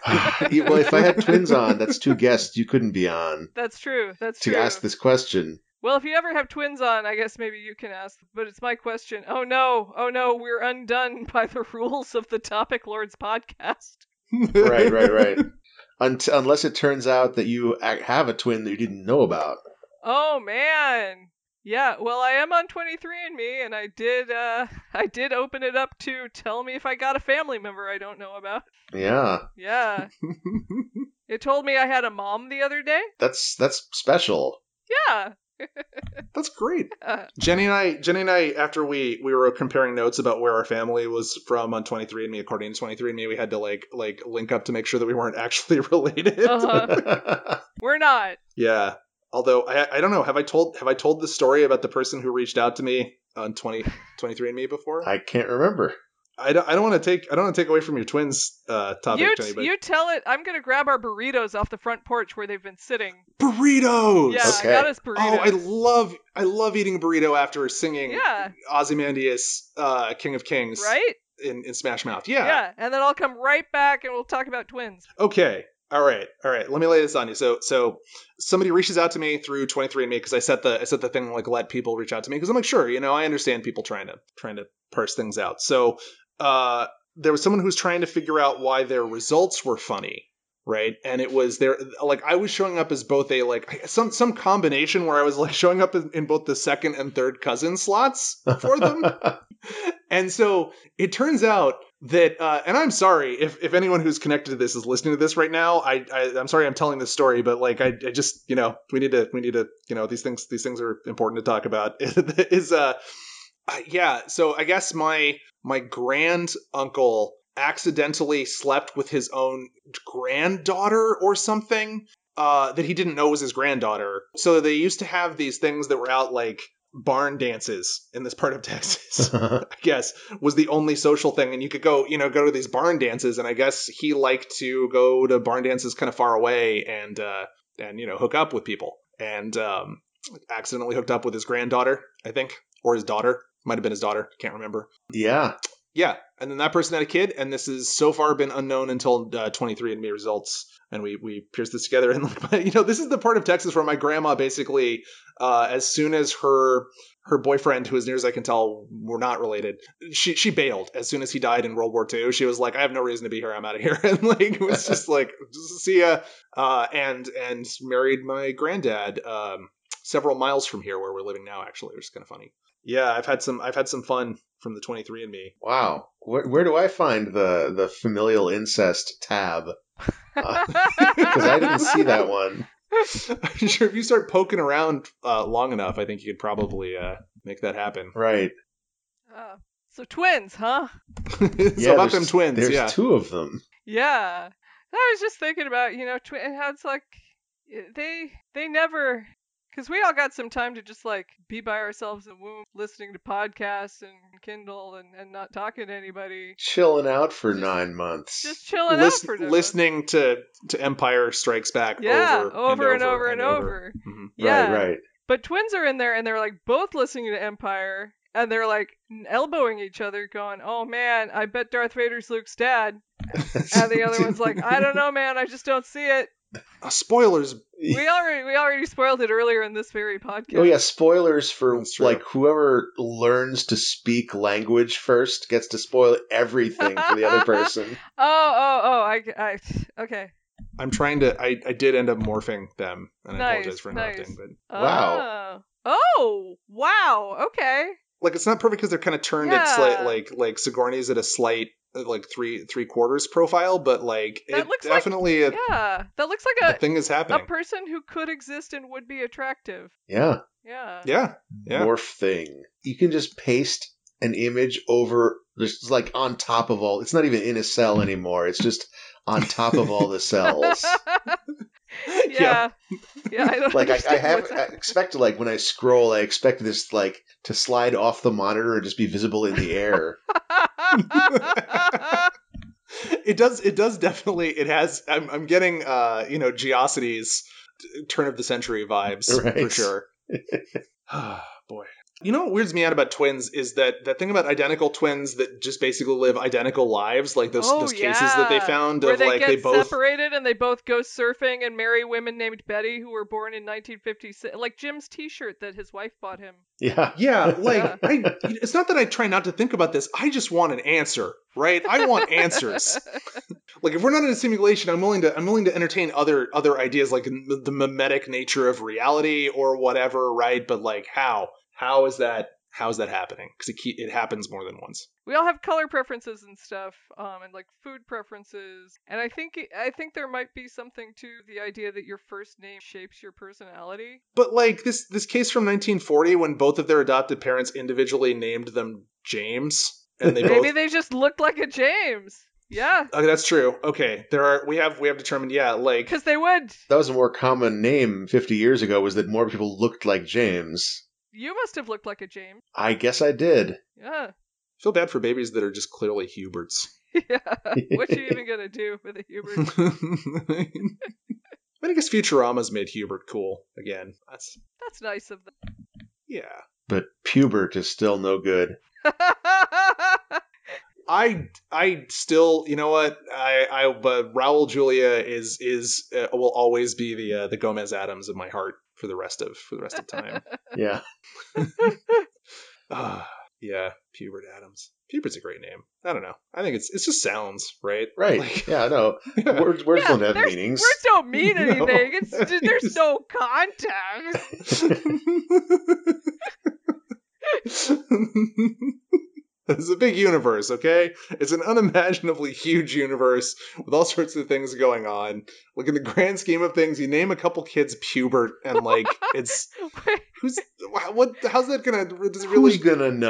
S1: well, if I had twins on, that's two guests you couldn't be on
S2: That's true. That's
S1: to
S2: true.
S1: ask this question.
S2: Well, if you ever have twins on, I guess maybe you can ask. But it's my question. Oh no! Oh no! We're undone by the rules of the Topic Lords podcast.
S1: Right, right, right. Unt- unless it turns out that you ac- have a twin that you didn't know about.
S2: Oh man. Yeah, well I am on 23andme and I did uh I did open it up to tell me if I got a family member I don't know about.
S1: Yeah,
S2: Yeah. it told me I had a mom the other day.
S1: that's that's special.
S2: Yeah.
S3: That's great.
S2: Uh,
S3: Jenny and I, Jenny and I, after we we were comparing notes about where our family was from on 23andMe, according to 23andMe, we had to like like link up to make sure that we weren't actually related.
S2: Uh-huh. we're not.
S3: Yeah. Although I I don't know, have I told have I told the story about the person who reached out to me on 20 23andMe before?
S1: I can't remember.
S3: I don't I don't want to take I don't want to take away from your twins uh topic,
S2: you
S3: Jenny, but
S2: you tell it. I'm gonna grab our burritos off the front porch where they've been sitting.
S3: burritos.
S2: Yeah,
S1: Okay.
S2: I got us burritos.
S3: Oh, I love I love eating a burrito after singing
S2: Yeah,
S3: Ozymandias, uh, King of Kings,
S2: right?
S3: in, in Smash Mouth. Yeah.
S2: yeah, and then I'll come right back and we'll talk about twins.
S3: Okay. All right. All right. Let me lay this on you. So so somebody reaches out to me through 23andMe because I set the I set the thing like let people reach out to me because I'm like sure you know I understand people trying to trying to parse things out. So uh, there was someone who was trying to figure out why their results were funny. Right, and it was there. Like I was showing up as both a like some some combination where I was like showing up in, in both the second and third cousin slots for them, and so it turns out that, uh, and I'm sorry if, if anyone who's connected to this is listening to this right now. I, I I'm sorry I'm telling this story, but like I, I just you know we need to we need to you know these things these things are important to talk about. is uh I- yeah. So I guess my my grand uncle accidentally slept with his own granddaughter or something uh, that he didn't know was his granddaughter. So they used to have these things that were out like barn dances in this part of Texas. I guess was the only social thing and you could go you know go to these barn dances and i guess he liked to go to barn dances kind of far away and uh and you know hook up with people and um accidentally hooked up with his granddaughter i think or his daughter might have been his daughter can't remember
S1: yeah,
S3: Yeah, and then that person had a kid, and this has so far been unknown until uh, 23andMe results, and we we pierced this together. And like, you know, this is the part of Texas where my grandma basically, uh, as soon as her her boyfriend, who as near as I can tell, were not related, she she bailed as soon as he died in World War II. She was like, I have no reason to be here. I'm out of here, and like it was just like see ya. Uh, and and married my granddad um, several miles from here where we're living now. Actually, which is kind of funny. Yeah, I've had some I've had some fun from the 23andMe.
S1: Wow. Where, where do I find the, the familial incest tab? Because I didn't see that one.
S3: I'm sure if you start poking around uh, long enough, I think you could probably uh, make that happen.
S1: Right.
S2: Uh, so twins, huh?
S3: so about
S1: there's-
S3: them twins,
S1: There's
S3: yeah.
S1: two of them.
S2: Yeah. I was just thinking about, you know, tw- and how it's like eh, they they never cuz we all got some time to just like be by ourselves in the womb listening to podcasts and Kindle and, and not talking to anybody.
S1: Chilling out for
S2: Just-
S1: nine months.
S2: Just chilling
S3: Lis-
S2: out for no-
S3: listening to, to Empire Strikes Back
S2: Yeah,
S3: over,
S2: over
S3: and over
S2: and over.
S3: Mhm.
S2: Yeah.
S1: Right, right.
S2: But twins are in there and they're like both listening to Empire and they're like n- elbowing each other going, "Oh man, I bet Darth Vader's Luke's dad." And the other one's like, "I don't know, man. I just don't see it."
S3: Uh, spoilers.
S2: We already we already spoiled it earlier in this very podcast.
S1: Oh yeah, spoilers for
S3: That's true.
S1: like whoever learns to speak language first gets to spoil everything for the other person.
S2: Oh, oh, oh! I, I okay.
S3: I'm trying to. I, I did end up morphing them, and I
S2: Nice,
S3: apologize for
S2: nice.
S3: interrupting. But
S1: Wow.
S2: Oh, oh wow. Okay.
S3: like, it's not perfect because they're kind of turned at
S2: Yeah.
S3: slight like like Sigourney's at a slight uh, like three three quarters profile, but like
S2: That
S3: it
S2: looks like-
S3: definitely a,
S2: Yeah, that looks
S3: a
S2: like
S3: thing is
S2: a a
S3: happening.
S2: person who could exist and would be attractive.
S1: Yeah.
S2: Yeah.
S3: yeah, yeah.
S1: Morph thing. You can just paste an image over just like on top of all it's not even in a cell anymore. It's just on top of all the cells.
S2: yeah. yeah. I don't
S1: like I, I
S2: understand
S1: have
S2: what's
S1: I
S2: happening.
S1: expect like when I scroll, I expect this like to slide off the monitor and just be visible in the air.
S3: it does it does definitely it has i'm, I'm getting uh you know geocities t- turn of the century vibes for
S1: Right.
S3: sure boy you know what weirds me out about twins is that that thing about identical twins that just basically live identical lives like those
S2: Oh,
S3: those cases that they
S2: yeah.
S3: found
S2: Where
S3: of
S2: they
S3: like
S2: get
S3: they both
S2: separated and they both go surfing and marry women named Betty who were born in 1956. Like Jim's T-shirt that his wife bought him.
S1: Yeah.
S3: yeah like
S2: Yeah.
S3: i it's not that i try not to think about this i just want an answer right i want answers like if we're not in a simulation i'm willing to i'm willing to entertain other other ideas like m- the mimetic nature of reality or whatever right but like how how is that how is that happening because it, ke- it happens more than once
S2: we all have color preferences and stuff um and like food preferences and i think i think there might be something to the idea that your first name shapes your personality
S3: but like this this case from 1940 when both of their adopted parents individually named them james and they
S2: maybe
S3: both
S2: they just looked like a james yeah
S3: okay that's true okay there are we have we have determined yeah like
S2: because they would
S1: That was a more common name 50 years ago was that more people looked like James.
S2: you must have looked like a james
S1: I guess I did.
S2: yeah
S3: feel bad for babies that are just clearly huberts
S2: yeah what you even gonna do with a hubert
S3: I mean, I guess Futurama's made Hubert cool again. That's
S2: that's nice of them
S3: yeah.
S1: but pubert is still no good.
S3: I I still you know what I I but Raul Julia is is uh, will always be the uh, the Gomez Adams of my heart for the rest of for the rest of time.
S1: Yeah.
S3: uh, yeah, Hubert Adams. Hubert's a great name. I don't know. I think it's it's just sounds right.
S1: Right.
S3: Like-
S1: yeah, no. Words, words
S2: Yeah,
S1: don't have
S2: there's-
S1: meanings.
S2: words don't mean
S3: No.
S2: anything it's there's no context
S3: It's a big universe, okay? It's an unimaginably huge universe with all sorts of things going on. Like in the grand scheme of things, you name a couple kids pubert, and like it's who's wha- what? How's that gonna? Does it
S1: Who's
S3: really?
S1: gonna
S3: Who's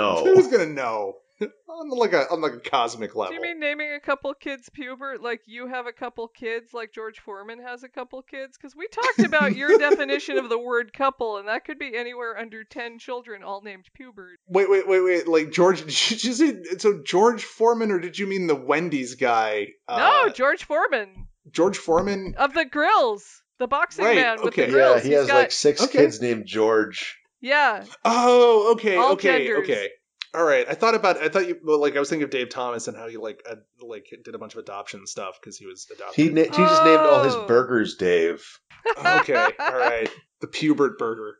S1: know?
S3: gonna know? On like a on like a cosmic level.
S2: Do you mean naming a couple kids pubert like you have a couple kids like George Foreman has a couple kids? Because we talked about your definition of the word couple, and that could be anywhere under 10 children all named pubert.
S3: Wait, wait, wait, wait! Like George, did you say, so George Foreman, or did you mean the Wendy's guy?
S1: Uh,
S3: Uh,
S2: no, George Foreman
S3: George Foreman.
S2: of the grills, the boxing
S3: Right,
S2: man with
S3: okay.
S2: the
S1: Yeah,
S2: grills.
S1: he
S2: He's
S1: has
S2: got,
S1: like six
S3: Okay.
S1: kids named George.
S2: yeah,
S3: Oh, okay,
S2: All
S3: okay,
S2: genders.
S3: okay. All right, I thought about I thought you well, like I was thinking of Dave Thomas and how he like ad, like did a bunch of adoption stuff because he was adopted.
S1: He, na- he just named all his
S2: Oh.
S1: burgers Dave.
S3: okay, all right, the pubert burger.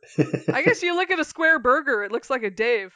S2: I guess you look at a square burger, it looks like a Dave.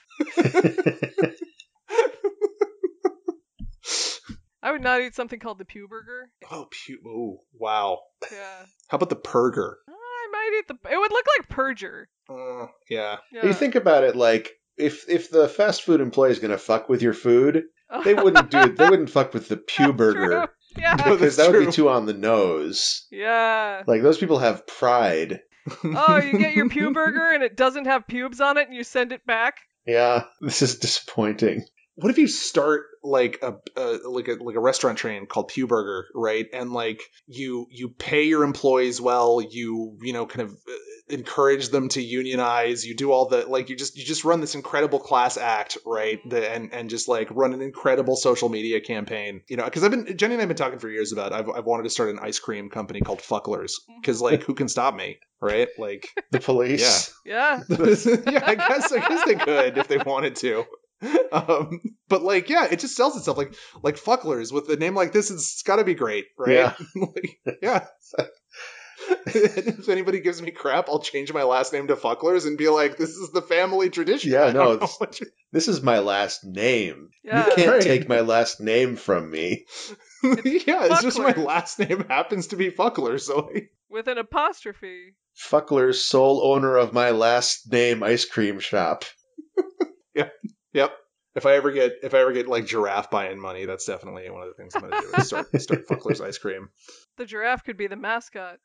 S2: I would not eat something called the Pew Burger.
S3: Oh, pu- oh, wow.
S2: Yeah.
S3: How about the Perger?
S2: I might eat the. It would look like Purger.
S3: Uh, yeah,
S2: Yeah.
S1: You think about it like if if the fast food employee is going to fuck with your food, they wouldn't do they wouldn't fuck with the pew
S2: That's
S1: burger
S2: Oh, true. Yeah.
S3: No, that's
S1: because that would
S3: true.
S1: be too on the nose.
S2: Yeah.
S1: Like those people have pride.
S2: Oh, you get your Pew Burger and it doesn't have pubes on it and you send it back?
S1: Yeah, this is disappointing.
S3: what if you start like a, a like a like a restaurant chain called Pew Burger, right? And like you you pay your employees well, you you know kind of uh, encourage them to unionize, you do all the like you just you just run this incredible class act, right? The, and and just like run an incredible social media campaign, you know? Because I've been Jenny and I've been talking for years about I've I've wanted to start an ice cream company called Fucklers because like who can stop me, right? Like
S1: The police.
S2: Yeah.
S3: yeah, I guess I guess they could if they wanted to. Um, but like, yeah, it just sells itself. Like, like fucklers with a name like this, it's got to be great, right?
S1: Yeah.
S3: Like, yeah. if anybody gives me crap, I'll change my last name to Fucklers and be like, "This is the family tradition."
S1: Yeah,
S3: I don't
S1: no,
S3: know
S1: it's-
S3: what you-
S1: This is my last name.
S2: Yeah.
S1: You can't
S3: Right.
S1: take my last name from me.
S3: yeah, it's just my
S2: Fucklers.
S3: last name happens to be Fuckler, so I,
S2: With an apostrophe.
S1: Fuckler's sole owner of my last name ice cream shop.
S3: if I ever get if I ever get like giraffe buy-in money, that's definitely one of the things I'm going to do is start start Fucklers ice cream.
S2: The giraffe could be the mascot.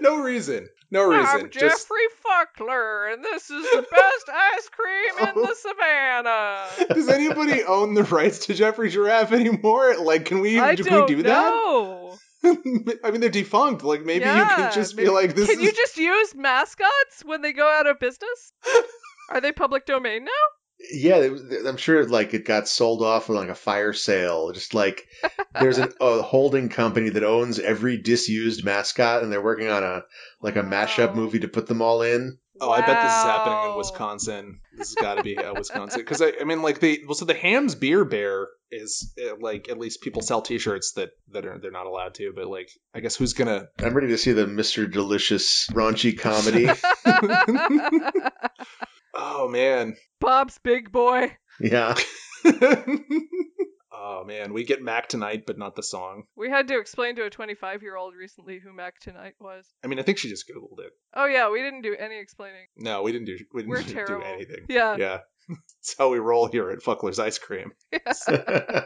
S3: No reason, no reason.
S2: I'm Jeffrey Fuckler, and this is the best ice cream in the savannah.
S3: Does anybody own the rights to Jeffrey Giraffe anymore? Like, can we,
S2: I
S3: can
S2: don't
S3: we do
S2: know.
S3: that? I mean, they're defunct. Like, maybe you
S2: Yeah,
S3: can just be
S2: maybe-
S3: like, this
S2: Can
S3: is.
S2: you just use mascots when they go out of business? Are they public domain now?
S1: Yeah, it was- I'm sure like it got sold off on like a fire sale. Just like there's an, a holding company that owns every disused mascot, and they're working on a like a mashup
S2: Wow.
S1: movie to put them all in.
S3: oh, I bet this is happening in
S2: Wow.
S3: Wisconsin. This has got to be uh, Wisconsin. Because, I, I mean, like, the. Well, so the Hams Beer Bear is, uh, like, at least people sell t shirts that, that are they're not allowed to. But, like, I guess who's going to.
S1: I'm ready to see the Mr. Delicious raunchy comedy.
S3: Oh, man.
S2: Bob's Big Boy.
S1: yeah,
S3: oh, man. We get Mac tonight, but not the song.
S2: We had to explain to a 25 year old recently who Mac Tonight was.
S3: I mean, I think she just Googled it.
S2: Oh, yeah, we didn't do any explaining.
S3: No, we didn't do we
S2: We're
S3: didn't do
S2: terrible.
S3: anything.
S2: Yeah.
S3: Yeah. It's how we roll here at Fuckler's Ice Cream.
S1: I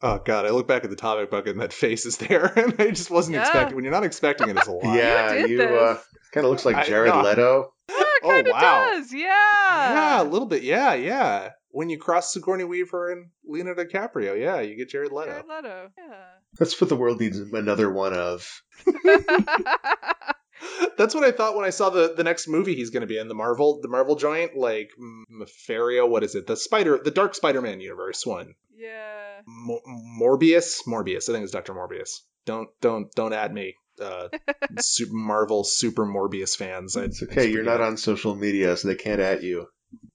S3: Oh god, I look back at the topic bucket and that face is there, and I just wasn't
S2: Yeah.
S3: expecting when you're not expecting it, it's a lot.
S1: Yeah,
S2: you did
S1: you,
S2: this.
S1: uh, kind of looks
S3: I-
S1: like Jared
S3: no.
S1: Leto.
S3: Oh,
S2: kind of
S3: wow.
S2: does, yeah.
S3: Yeah, a little bit. Yeah, yeah. When you cross Sigourney Weaver and Leonardo DiCaprio, yeah, you get Jared Leto.
S2: Jared Leto.
S1: That's what the world needs another one of.
S2: Yeah.
S3: That's what I thought when I saw the the next movie he's going to be in the Marvel the Marvel joint like M- Mefaria, what is it? The Spider the Dark Spider-Man universe one.
S2: yeah.
S3: Mor- Morbius, Morbius. I think it's Doctor Morbius. Don't don't don't add me, uh, super Marvel super Morbius fans. I,
S1: It's okay, you're not on social media, so they can't at you.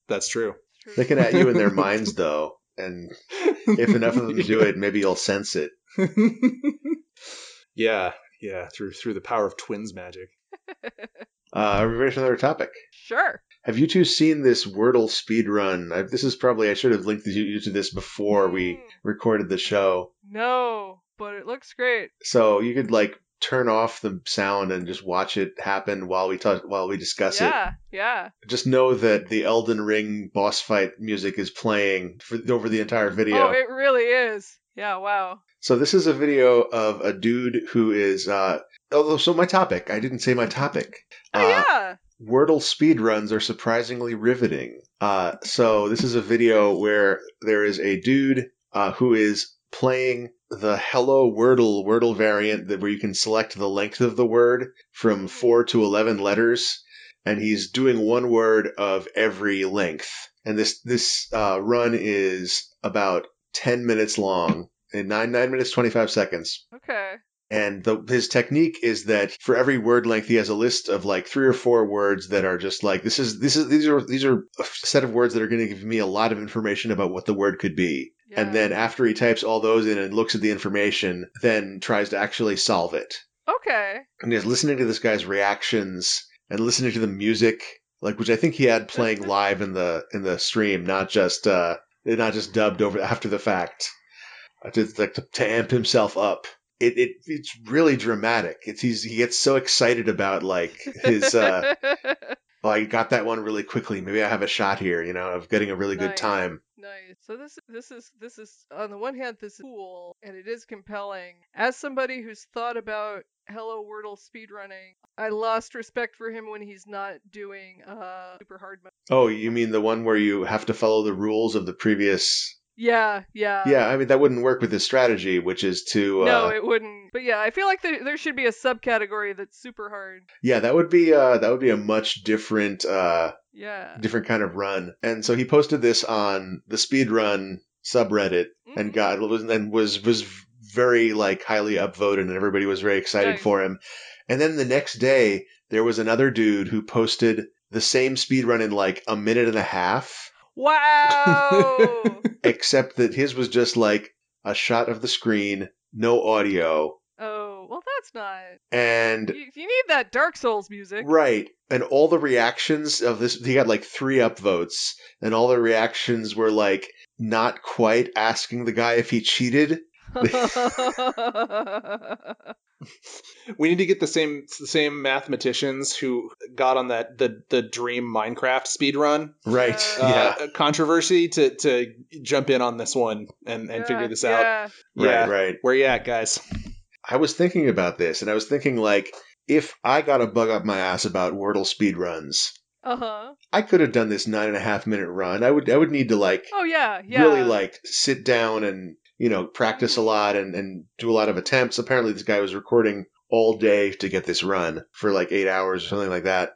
S3: That's true.
S2: True.
S1: They can at you in their minds though, and if enough of them do it, maybe you'll sense it.
S3: it. yeah, yeah. Through through the power of twins magic.
S1: Uh, are we ready for another topic?
S2: Sure.
S1: Have you two seen this Wordle speedrun? I- This is probably, I should have linked you you to this before we
S2: Hmm.
S1: recorded the show.
S2: No, but it looks great.
S1: So you could like turn off the sound and just watch it happen while we talk, while we discuss
S2: yeah, yeah.
S1: it. Just know that the Elden Ring boss fight music is playing for, over the entire video.
S2: Oh, it really is. Yeah, wow.
S1: so this is a video of a dude who is, uh, oh, so my topic, I didn't say my topic.
S2: Oh,
S1: Uh,
S2: yeah.
S1: Wordle speedruns are surprisingly riveting. Uh, so this is a video where there is a dude uh, who is playing the Hello Wordle Wordle variant that where you can select the length of the word from four to eleven letters, and he's doing one word of every length. And this this uh, run is about ten minutes long, in nine nine minutes twenty five seconds
S2: Okay.
S1: And the, his technique is that for every word length, he has a list of like three or four words that are just like this is this is these are these are a set of words that are going to give me a lot of information about what the word could be.
S2: Yeah.
S1: And then after he types all those in and looks at the information, then tries to actually solve it.
S2: Okay.
S1: And just listening to this guy's reactions and listening to the music, like which I think he had playing live in the in the stream, not just uh not just dubbed over after the fact. Uh, Just like to, to amp himself up. It, it it's really dramatic. It's he's he gets so excited about like his uh oh, I got that one really quickly. Maybe I have a shot here, you know, of getting a really good
S2: Nice.
S1: time.
S2: Nice. So this this is this is on the one hand this is cool and it is compelling. As somebody who's thought about Hello Wordle speedrunning, I lost respect for him when he's not doing uh super hard mode.
S1: Oh, you mean the one where you have to follow the rules of the previous
S2: Yeah, yeah.
S1: Yeah, I mean that wouldn't work with his strategy, which is to uh
S2: No, it wouldn't. But yeah, I feel like there there should be a subcategory that's super hard.
S1: Yeah, that would be uh that would be a much different uh
S2: Yeah.
S1: different kind of run. And so he posted this on the speedrun subreddit and
S2: Mhm.
S1: got was and was was very like highly upvoted and everybody was very excited
S2: Nice.
S1: for him. And then the next day there was another dude who posted the same speedrun in like a minute and a half,
S2: Wow.
S1: except that his was just like a shot of the screen, no audio,
S2: oh, well that's not.
S1: and
S2: You, you need that Dark Souls music.
S1: Right. And all the reactions of this, he got like three upvotes, and all the reactions were like not quite asking the guy if he cheated.
S3: We need to get the same the same mathematicians who got on that the the dream Minecraft speedrun
S1: Right.
S3: uh, controversy to to jump in on this one and and
S2: Yeah,
S3: figure this out.
S2: yeah.
S1: yeah.
S3: Yeah.
S1: Right, right.
S3: Where you at, guys?
S1: I was thinking about this, and I was thinking, like, if I got a bug up my ass about Wordle speedruns,
S2: Uh huh.
S1: I could have done this nine and a half minute run. I would, I would need to, like,
S2: Oh yeah, yeah. Mm-hmm.
S1: really, like, sit down and, you know, practice a lot and, and do a lot of attempts. Apparently, this guy was recording all day to get this run for like eight hours or something like that.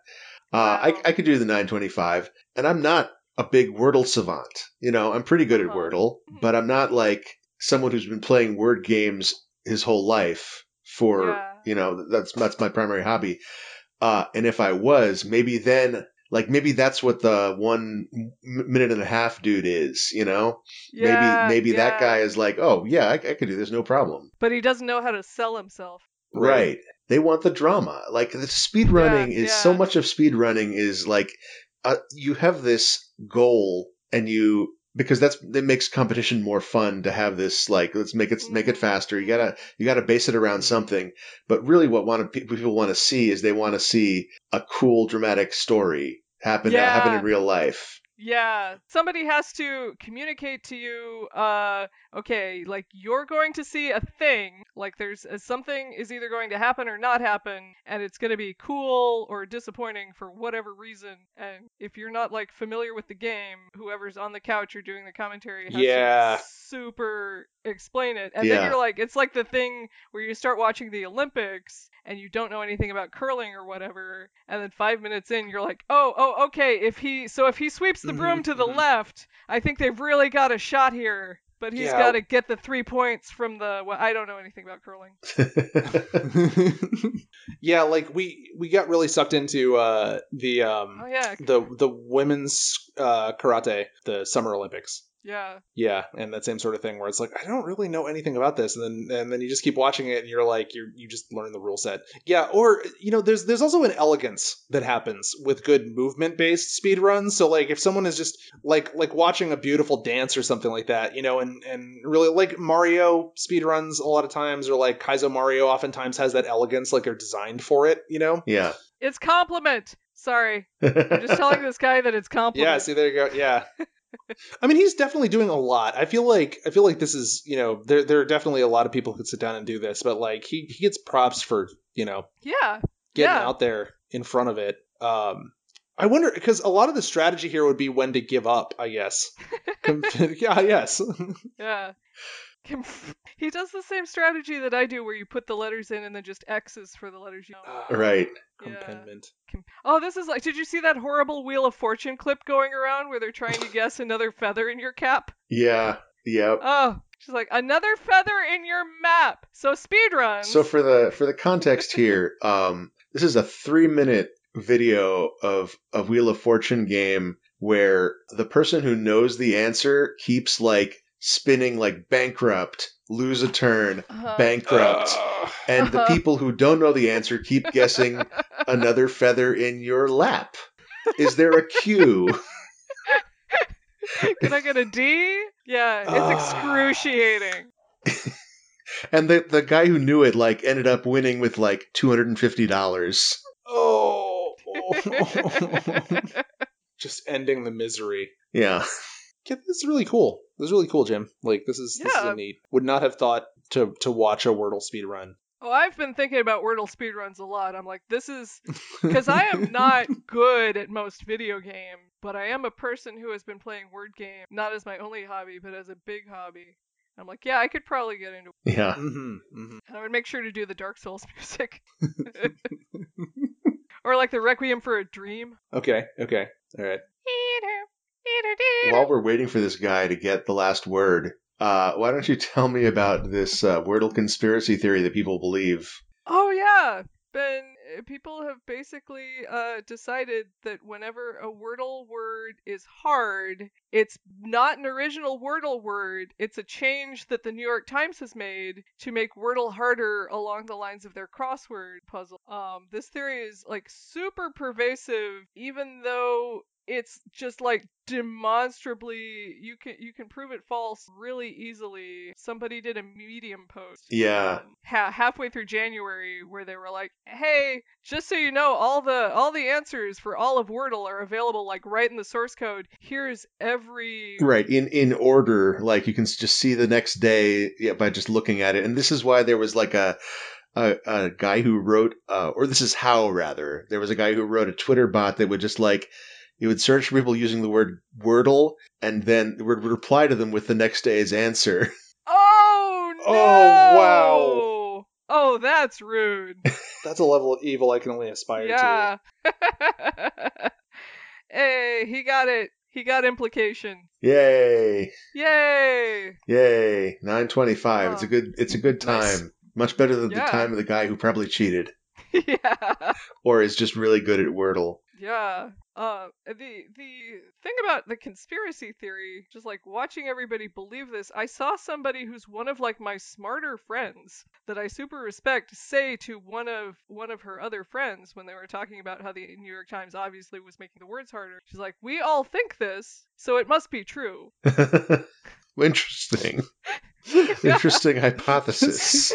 S1: Uh,
S2: Wow.
S1: I, I could do the 925, and I'm not a big Wordle savant. You know, I'm pretty good at
S2: Uh-huh.
S1: Wordle, but I'm not like someone who's been playing word games his whole life for,
S2: Yeah.
S1: you know, that's that's my primary hobby. Uh, and if I was, maybe then, like, maybe that's what the one m- minute and a half dude is, you know?
S2: Yeah,
S1: maybe maybe that
S2: yeah.
S1: guy is like, oh, yeah, I, I could do this, no problem.
S2: But he doesn't know how to sell himself.
S1: Right.
S3: Right.
S1: They want the drama. Like the speed running
S2: Yeah,
S1: is
S2: yeah.
S1: so much of speed running is like uh, you have this goal and you because that's that makes competition more fun to have this like let's make it make
S2: Mm-hmm.
S1: it faster. You gotta you gotta base it around something. But really, what want to, people want to see is they want to see a cool dramatic story happen uh,
S2: Yeah.
S1: happen in real life.
S2: Yeah, somebody has to communicate to you. Uh, okay, like you're going to see a thing. Like there's uh, something is either going to happen or not happen, and it's going to be cool or disappointing for whatever reason. And if you're not like familiar with the game, whoever's on the couch or doing the commentary has
S3: Yeah.
S2: to super explain it. And
S1: Yeah.
S2: then you're like, it's like the thing where you start watching the Olympics and you don't know anything about curling or whatever, and then five minutes in, you're like, oh, oh, okay. If he so if he sweeps the broom
S3: Mhm,
S2: to the
S3: mhm.
S2: left, I think they've really got a shot here. But he's
S3: Yeah.
S2: got to get the three points from the. Well, I don't know anything about curling.
S3: yeah, like we we got really sucked into uh the um
S2: Oh yeah,
S3: the the women's uh karate, the summer Olympics.
S2: yeah,
S3: Yeah, and that same sort of thing where it's like I don't really know anything about this, and then and then you just keep watching it, and you're like you you just learn the rule set. Yeah, or you know, there's there's also an elegance that happens with good movement based speed runs. So like if someone is just like like watching a beautiful dance or something like that, you know, and and really like Mario speed runs a lot of times, or like Kaizo Mario oftentimes has that elegance, like they're designed for it, you know.
S1: yeah.
S2: it's compliment. Sorry, I'm just telling this guy that it's compliment.
S3: Yeah, see there you go. Yeah. I mean, he's definitely doing a lot. I feel like I feel like this is, you know, there there are definitely a lot of people who could sit down and do this, but like he he gets props for, you know,
S2: yeah,
S3: getting
S2: Yeah.
S3: out there in front of it. Um I wonder cuz a lot of the strategy here would be when to give up, I guess. Com- yeah, yes.
S2: yeah. Him- He does the same strategy that I do, where you put the letters in and then just X's for the letters you
S3: Uh,
S2: know.
S1: right.
S2: Yeah.
S3: Compendment.
S2: Com- Oh, this is like. Did you see that horrible Wheel of Fortune clip going around where they're trying to guess another feather in your cap?
S1: Yeah. Yep.
S2: Oh, She's like, another feather in your map. So speedruns.
S1: So for the for the context here, um, this is a three minute video of a Wheel of Fortune game where the person who knows the answer keeps like spinning like bankrupt, lose a turn,
S2: Uh-huh.
S1: bankrupt,
S3: Ugh.
S1: and the
S2: Uh-huh.
S1: people who don't know the answer keep guessing another feather in your lap. Is there a cue?
S2: Can I get a D? Yeah,
S3: Ah.
S2: it's excruciating.
S1: And the the guy who knew it like ended up winning with like two hundred and fifty dollars.
S3: oh. Just ending the misery.
S1: Yeah.
S3: Yeah, this is really cool. This is really cool, Jim. Like this is this is
S2: Yeah.
S3: a neat. Would not have thought to to watch a Wordle speed run.
S2: Oh, I've been thinking about Wordle speedruns a lot. I'm like, this is because I am not good at most video game, but I am a person who has been playing word game not as my only hobby, but as a big hobby. I'm like, yeah, I could probably get into.
S1: Yeah.
S3: hmm hmm
S2: And I would make sure to do the Dark Souls music, or like the Requiem for a Dream.
S3: Okay. Okay. All right.
S1: While we're waiting for this guy to get the last word, uh, why don't you tell me about this uh, Wordle conspiracy theory that people believe?
S2: Oh yeah, been uh, people have basically uh, decided that whenever a Wordle word is hard, it's not an original Wordle word. It's a change that the New York Times has made to make Wordle harder along the lines of their crossword puzzle. Um, this theory is like super pervasive, even though it's just like demonstrably you can you can prove it false really easily somebody did a medium post
S1: Yeah.
S2: um, ha- halfway through january where they were like hey just so you know all the all the answers for all of wordle are available like right in the source code here's every
S1: Right in in order, like you can s- just see the next day yeah, by just looking at it. And this is why there was like a a, a guy who wrote, uh, or this is how rather, there was a guy who wrote a Twitter bot that would just like it would search for people using the word Wordle, and then it would reply to them with the next day's answer.
S2: oh no
S3: Oh,
S2: oh that's rude
S3: That's a level of evil I can only aspire to.
S2: yeah hey he got it he got implication
S1: Yay!
S2: yay
S1: Yay! Nine twenty-five. It's a
S2: Oh.
S1: good. It's a good time.
S3: Nice.
S1: Much better than
S2: Yeah.
S1: the time of the guy who probably cheated
S2: yeah
S1: or is just really good at Wordle.
S2: Yeah. Uh, the the thing about the conspiracy theory, just like watching everybody believe this, I saw somebody who's one of like my smarter friends that I super respect say to one of one of her other friends when they were talking about how the New York Times obviously was making the words harder. She's like, "We all think this, so it must be true."
S1: Interesting. Interesting hypothesis.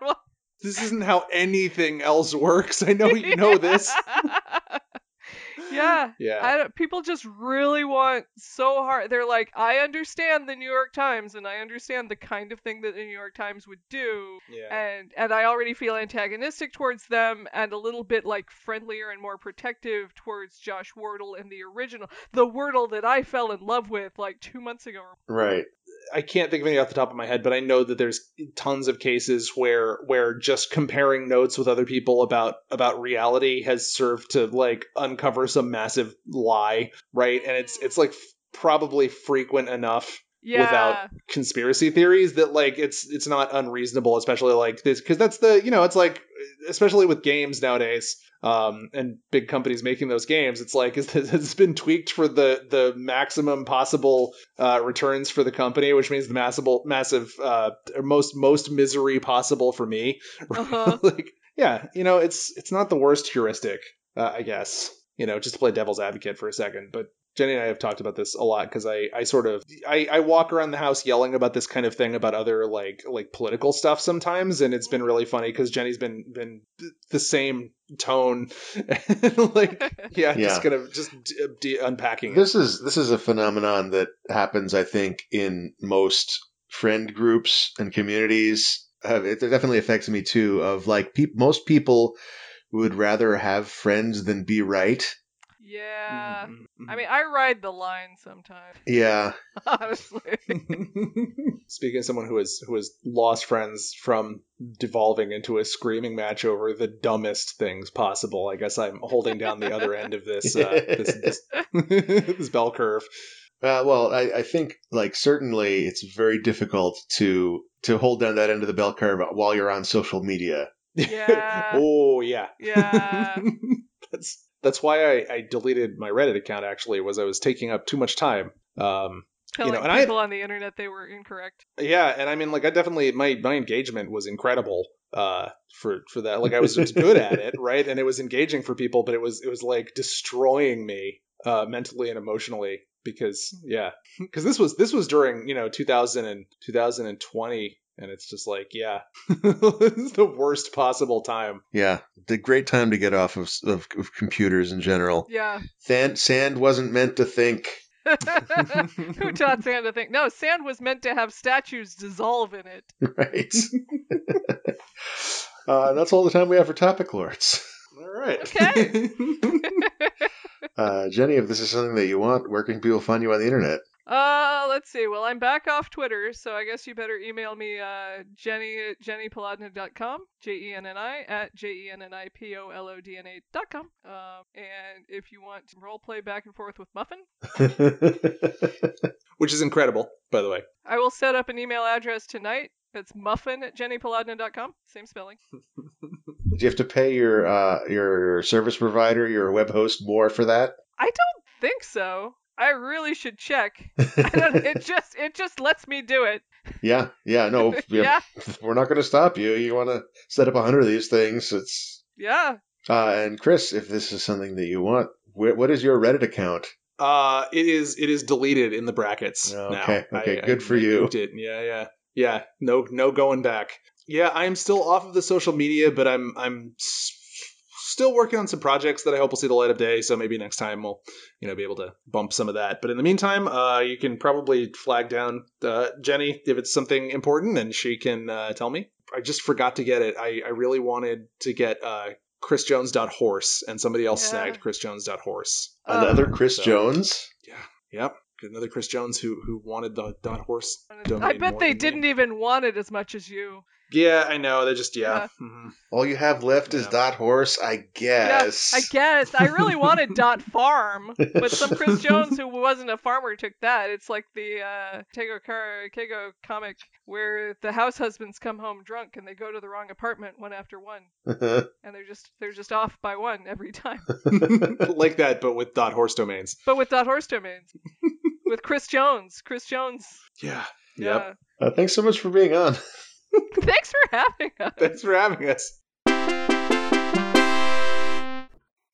S2: Well,
S3: This isn't how anything else works. I know you know this.
S2: yeah.
S3: Yeah.
S2: I don't, people just really want so hard. They're like, I understand the New York Times, and I understand the kind of thing that the New York Times would do,
S3: yeah.
S2: and and I already feel antagonistic towards them, and a little bit like friendlier and more protective towards Josh Wardle and the original, the Wordle that I fell in love with like two months ago.
S1: Right.
S3: I can't think of anything off the top of my head, but I know that there's tons of cases where where just comparing notes with other people about about reality has served to like uncover some massive lie, right? And it's it's like f- probably frequent enough
S2: Yeah.
S3: Without- conspiracy theories that like it's it's not unreasonable, especially like this because that's the you know it's like especially with games nowadays. Um, and big companies making those games, it's like it's, it's been tweaked for the the maximum possible uh, returns for the company, which means the massive massive uh, or most most misery possible for me.
S2: Uh-huh.
S3: like yeah, you know it's it's not the worst heuristic, uh, I guess. You know, just to play devil's advocate for a second, but Jenny and I have talked about this a lot because I, I sort of I, I walk around the house yelling about this kind of thing about other like like political stuff sometimes, and it's been really funny because Jenny's been been th- the same tone, like yeah,
S1: Yeah.
S3: just kind of just d- d- unpacking it.
S1: This is this is a phenomenon that happens, I think, in most friend groups and communities. Uh, It definitely affects me too. Of like, peop most people would rather have friends than be right.
S2: yeah. Uh, I
S3: Mhm.
S2: mean, I ride the line sometimes,
S1: Yeah,
S2: honestly.
S3: Speaking of someone who has who has lost friends from devolving into a screaming match over the dumbest things possible, I guess I'm holding down the other end of this uh, this, this, this bell curve.
S1: Uh, well, I, I think like certainly it's very difficult to to hold down that end of the bell curve while you're on social media.
S2: Yeah.
S3: oh yeah.
S2: Yeah.
S3: that's that's why I, I deleted my Reddit account. Actually, was I was taking up too much time. Um,
S2: Telling
S3: know, and I-
S2: people on the internet they were incorrect.
S3: yeah, and I mean, like, I definitely my my engagement was incredible. Uh, for for that, like, I was just good at it, right? And it was engaging for people, but it was it was like destroying me uh, mentally and emotionally because yeah, because this was this was during you know 2000 and 2020, and it's just like yeah, it's the worst possible time.
S1: Yeah, the great time to get off of of, of computers in general.
S2: Yeah.
S1: Than- sand wasn't meant to think.
S2: Who taught sand to think? No, sand was meant to have statues dissolve in it.
S1: Right. uh, that's all the time we have for topic lords.
S3: All right.
S2: Okay.
S1: Uh, Jenny, if this is something that you want, where can people find you on the internet?
S2: Uh, let's see. Well, I'm back off Twitter, so I guess you better email me, uh, Jenny at jennypolodna.com, J-E-N-N-I at E J-E-N-N-I-P-O-L-O-D-N-A dot com. Um, and if you want to role play back and forth with Muffin,
S3: Which is incredible, by the way.
S2: I will set up an email address tonight. That's muffin at jennypolodna.com. Same spelling.
S1: Do you have to pay your uh, your service provider, your web host, more for that?
S2: I don't think so. I really should check. I don't, it just it just lets me do it.
S1: yeah, yeah, no,
S2: Yeah,
S1: we're not going to stop you. You want to set up a hundred of these things? It's
S2: yeah.
S1: uh, and Chris, if this is something that you want, wh- what is your Reddit account?
S3: Uh, it is it is deleted in the brackets.
S1: Oh,
S3: now.
S1: okay, okay,
S3: I-
S1: good
S3: I
S1: for you.
S3: recouped it. Yeah, yeah, yeah. No, no going back. Yeah, I'm still off of the social media, but I'm I'm s- still working on some projects that I hope will see the light of day. So maybe next time we'll you know be able to bump some of that. But in the meantime, uh, you can probably flag down uh, Jenny if it's something important, and she can uh, tell me. I just forgot to get it. I, I really wanted to get uh, chrisjones.horse, and somebody else
S2: Yeah.
S3: snagged chrisjones.horse.
S2: Uh,
S1: Another Chris
S3: so-
S1: Jones.
S3: Yep. Another Chris Jones who who wanted the dot horse. domain
S2: I bet
S3: more
S2: they
S3: than me.
S2: didn't even want it as much as you.
S3: Yeah, I know. They just yeah.
S2: Yeah.
S3: Mhm.
S1: All you have left is
S3: Yeah.
S1: dot horse, I guess.
S2: I guess. I really wanted Dot Farm, but some Chris Jones who wasn't a farmer took that. It's like the uh, Tego Car- Keigo comic where the house husbands come home drunk and they go to the wrong apartment one after one, and they're just they're just off by one every time.
S3: like that, but with dot horse domains.
S2: But with Dot Horse domains, with Chris Jones, Chris Jones.
S3: Yeah. Yep.
S2: Yeah.
S1: Uh, thanks so much for being on.
S2: Thanks for having us.
S3: Thanks for having us.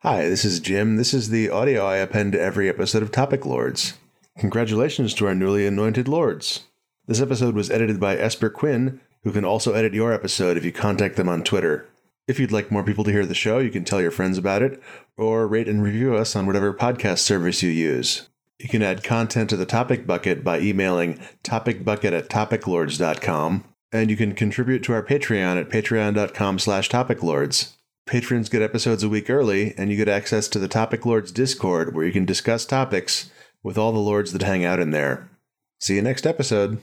S1: Hi, this is Jim. This is the audio I append to every episode of Topic Lords. Congratulations to our newly anointed lords. This episode was edited by Esper Quinn, who can also edit your episode if you contact them on Twitter. If you'd like more people to hear the show, you can tell your friends about it, or rate and review us on whatever podcast service you use. You can add content to the topic bucket by emailing topicbucket at topiclords.com, and you can contribute to our Patreon at patreon.com slash topiclords. Patrons get episodes a week early, and you get access to the Topic Lords Discord where you can discuss topics with all the lords that hang out in there. See you next episode.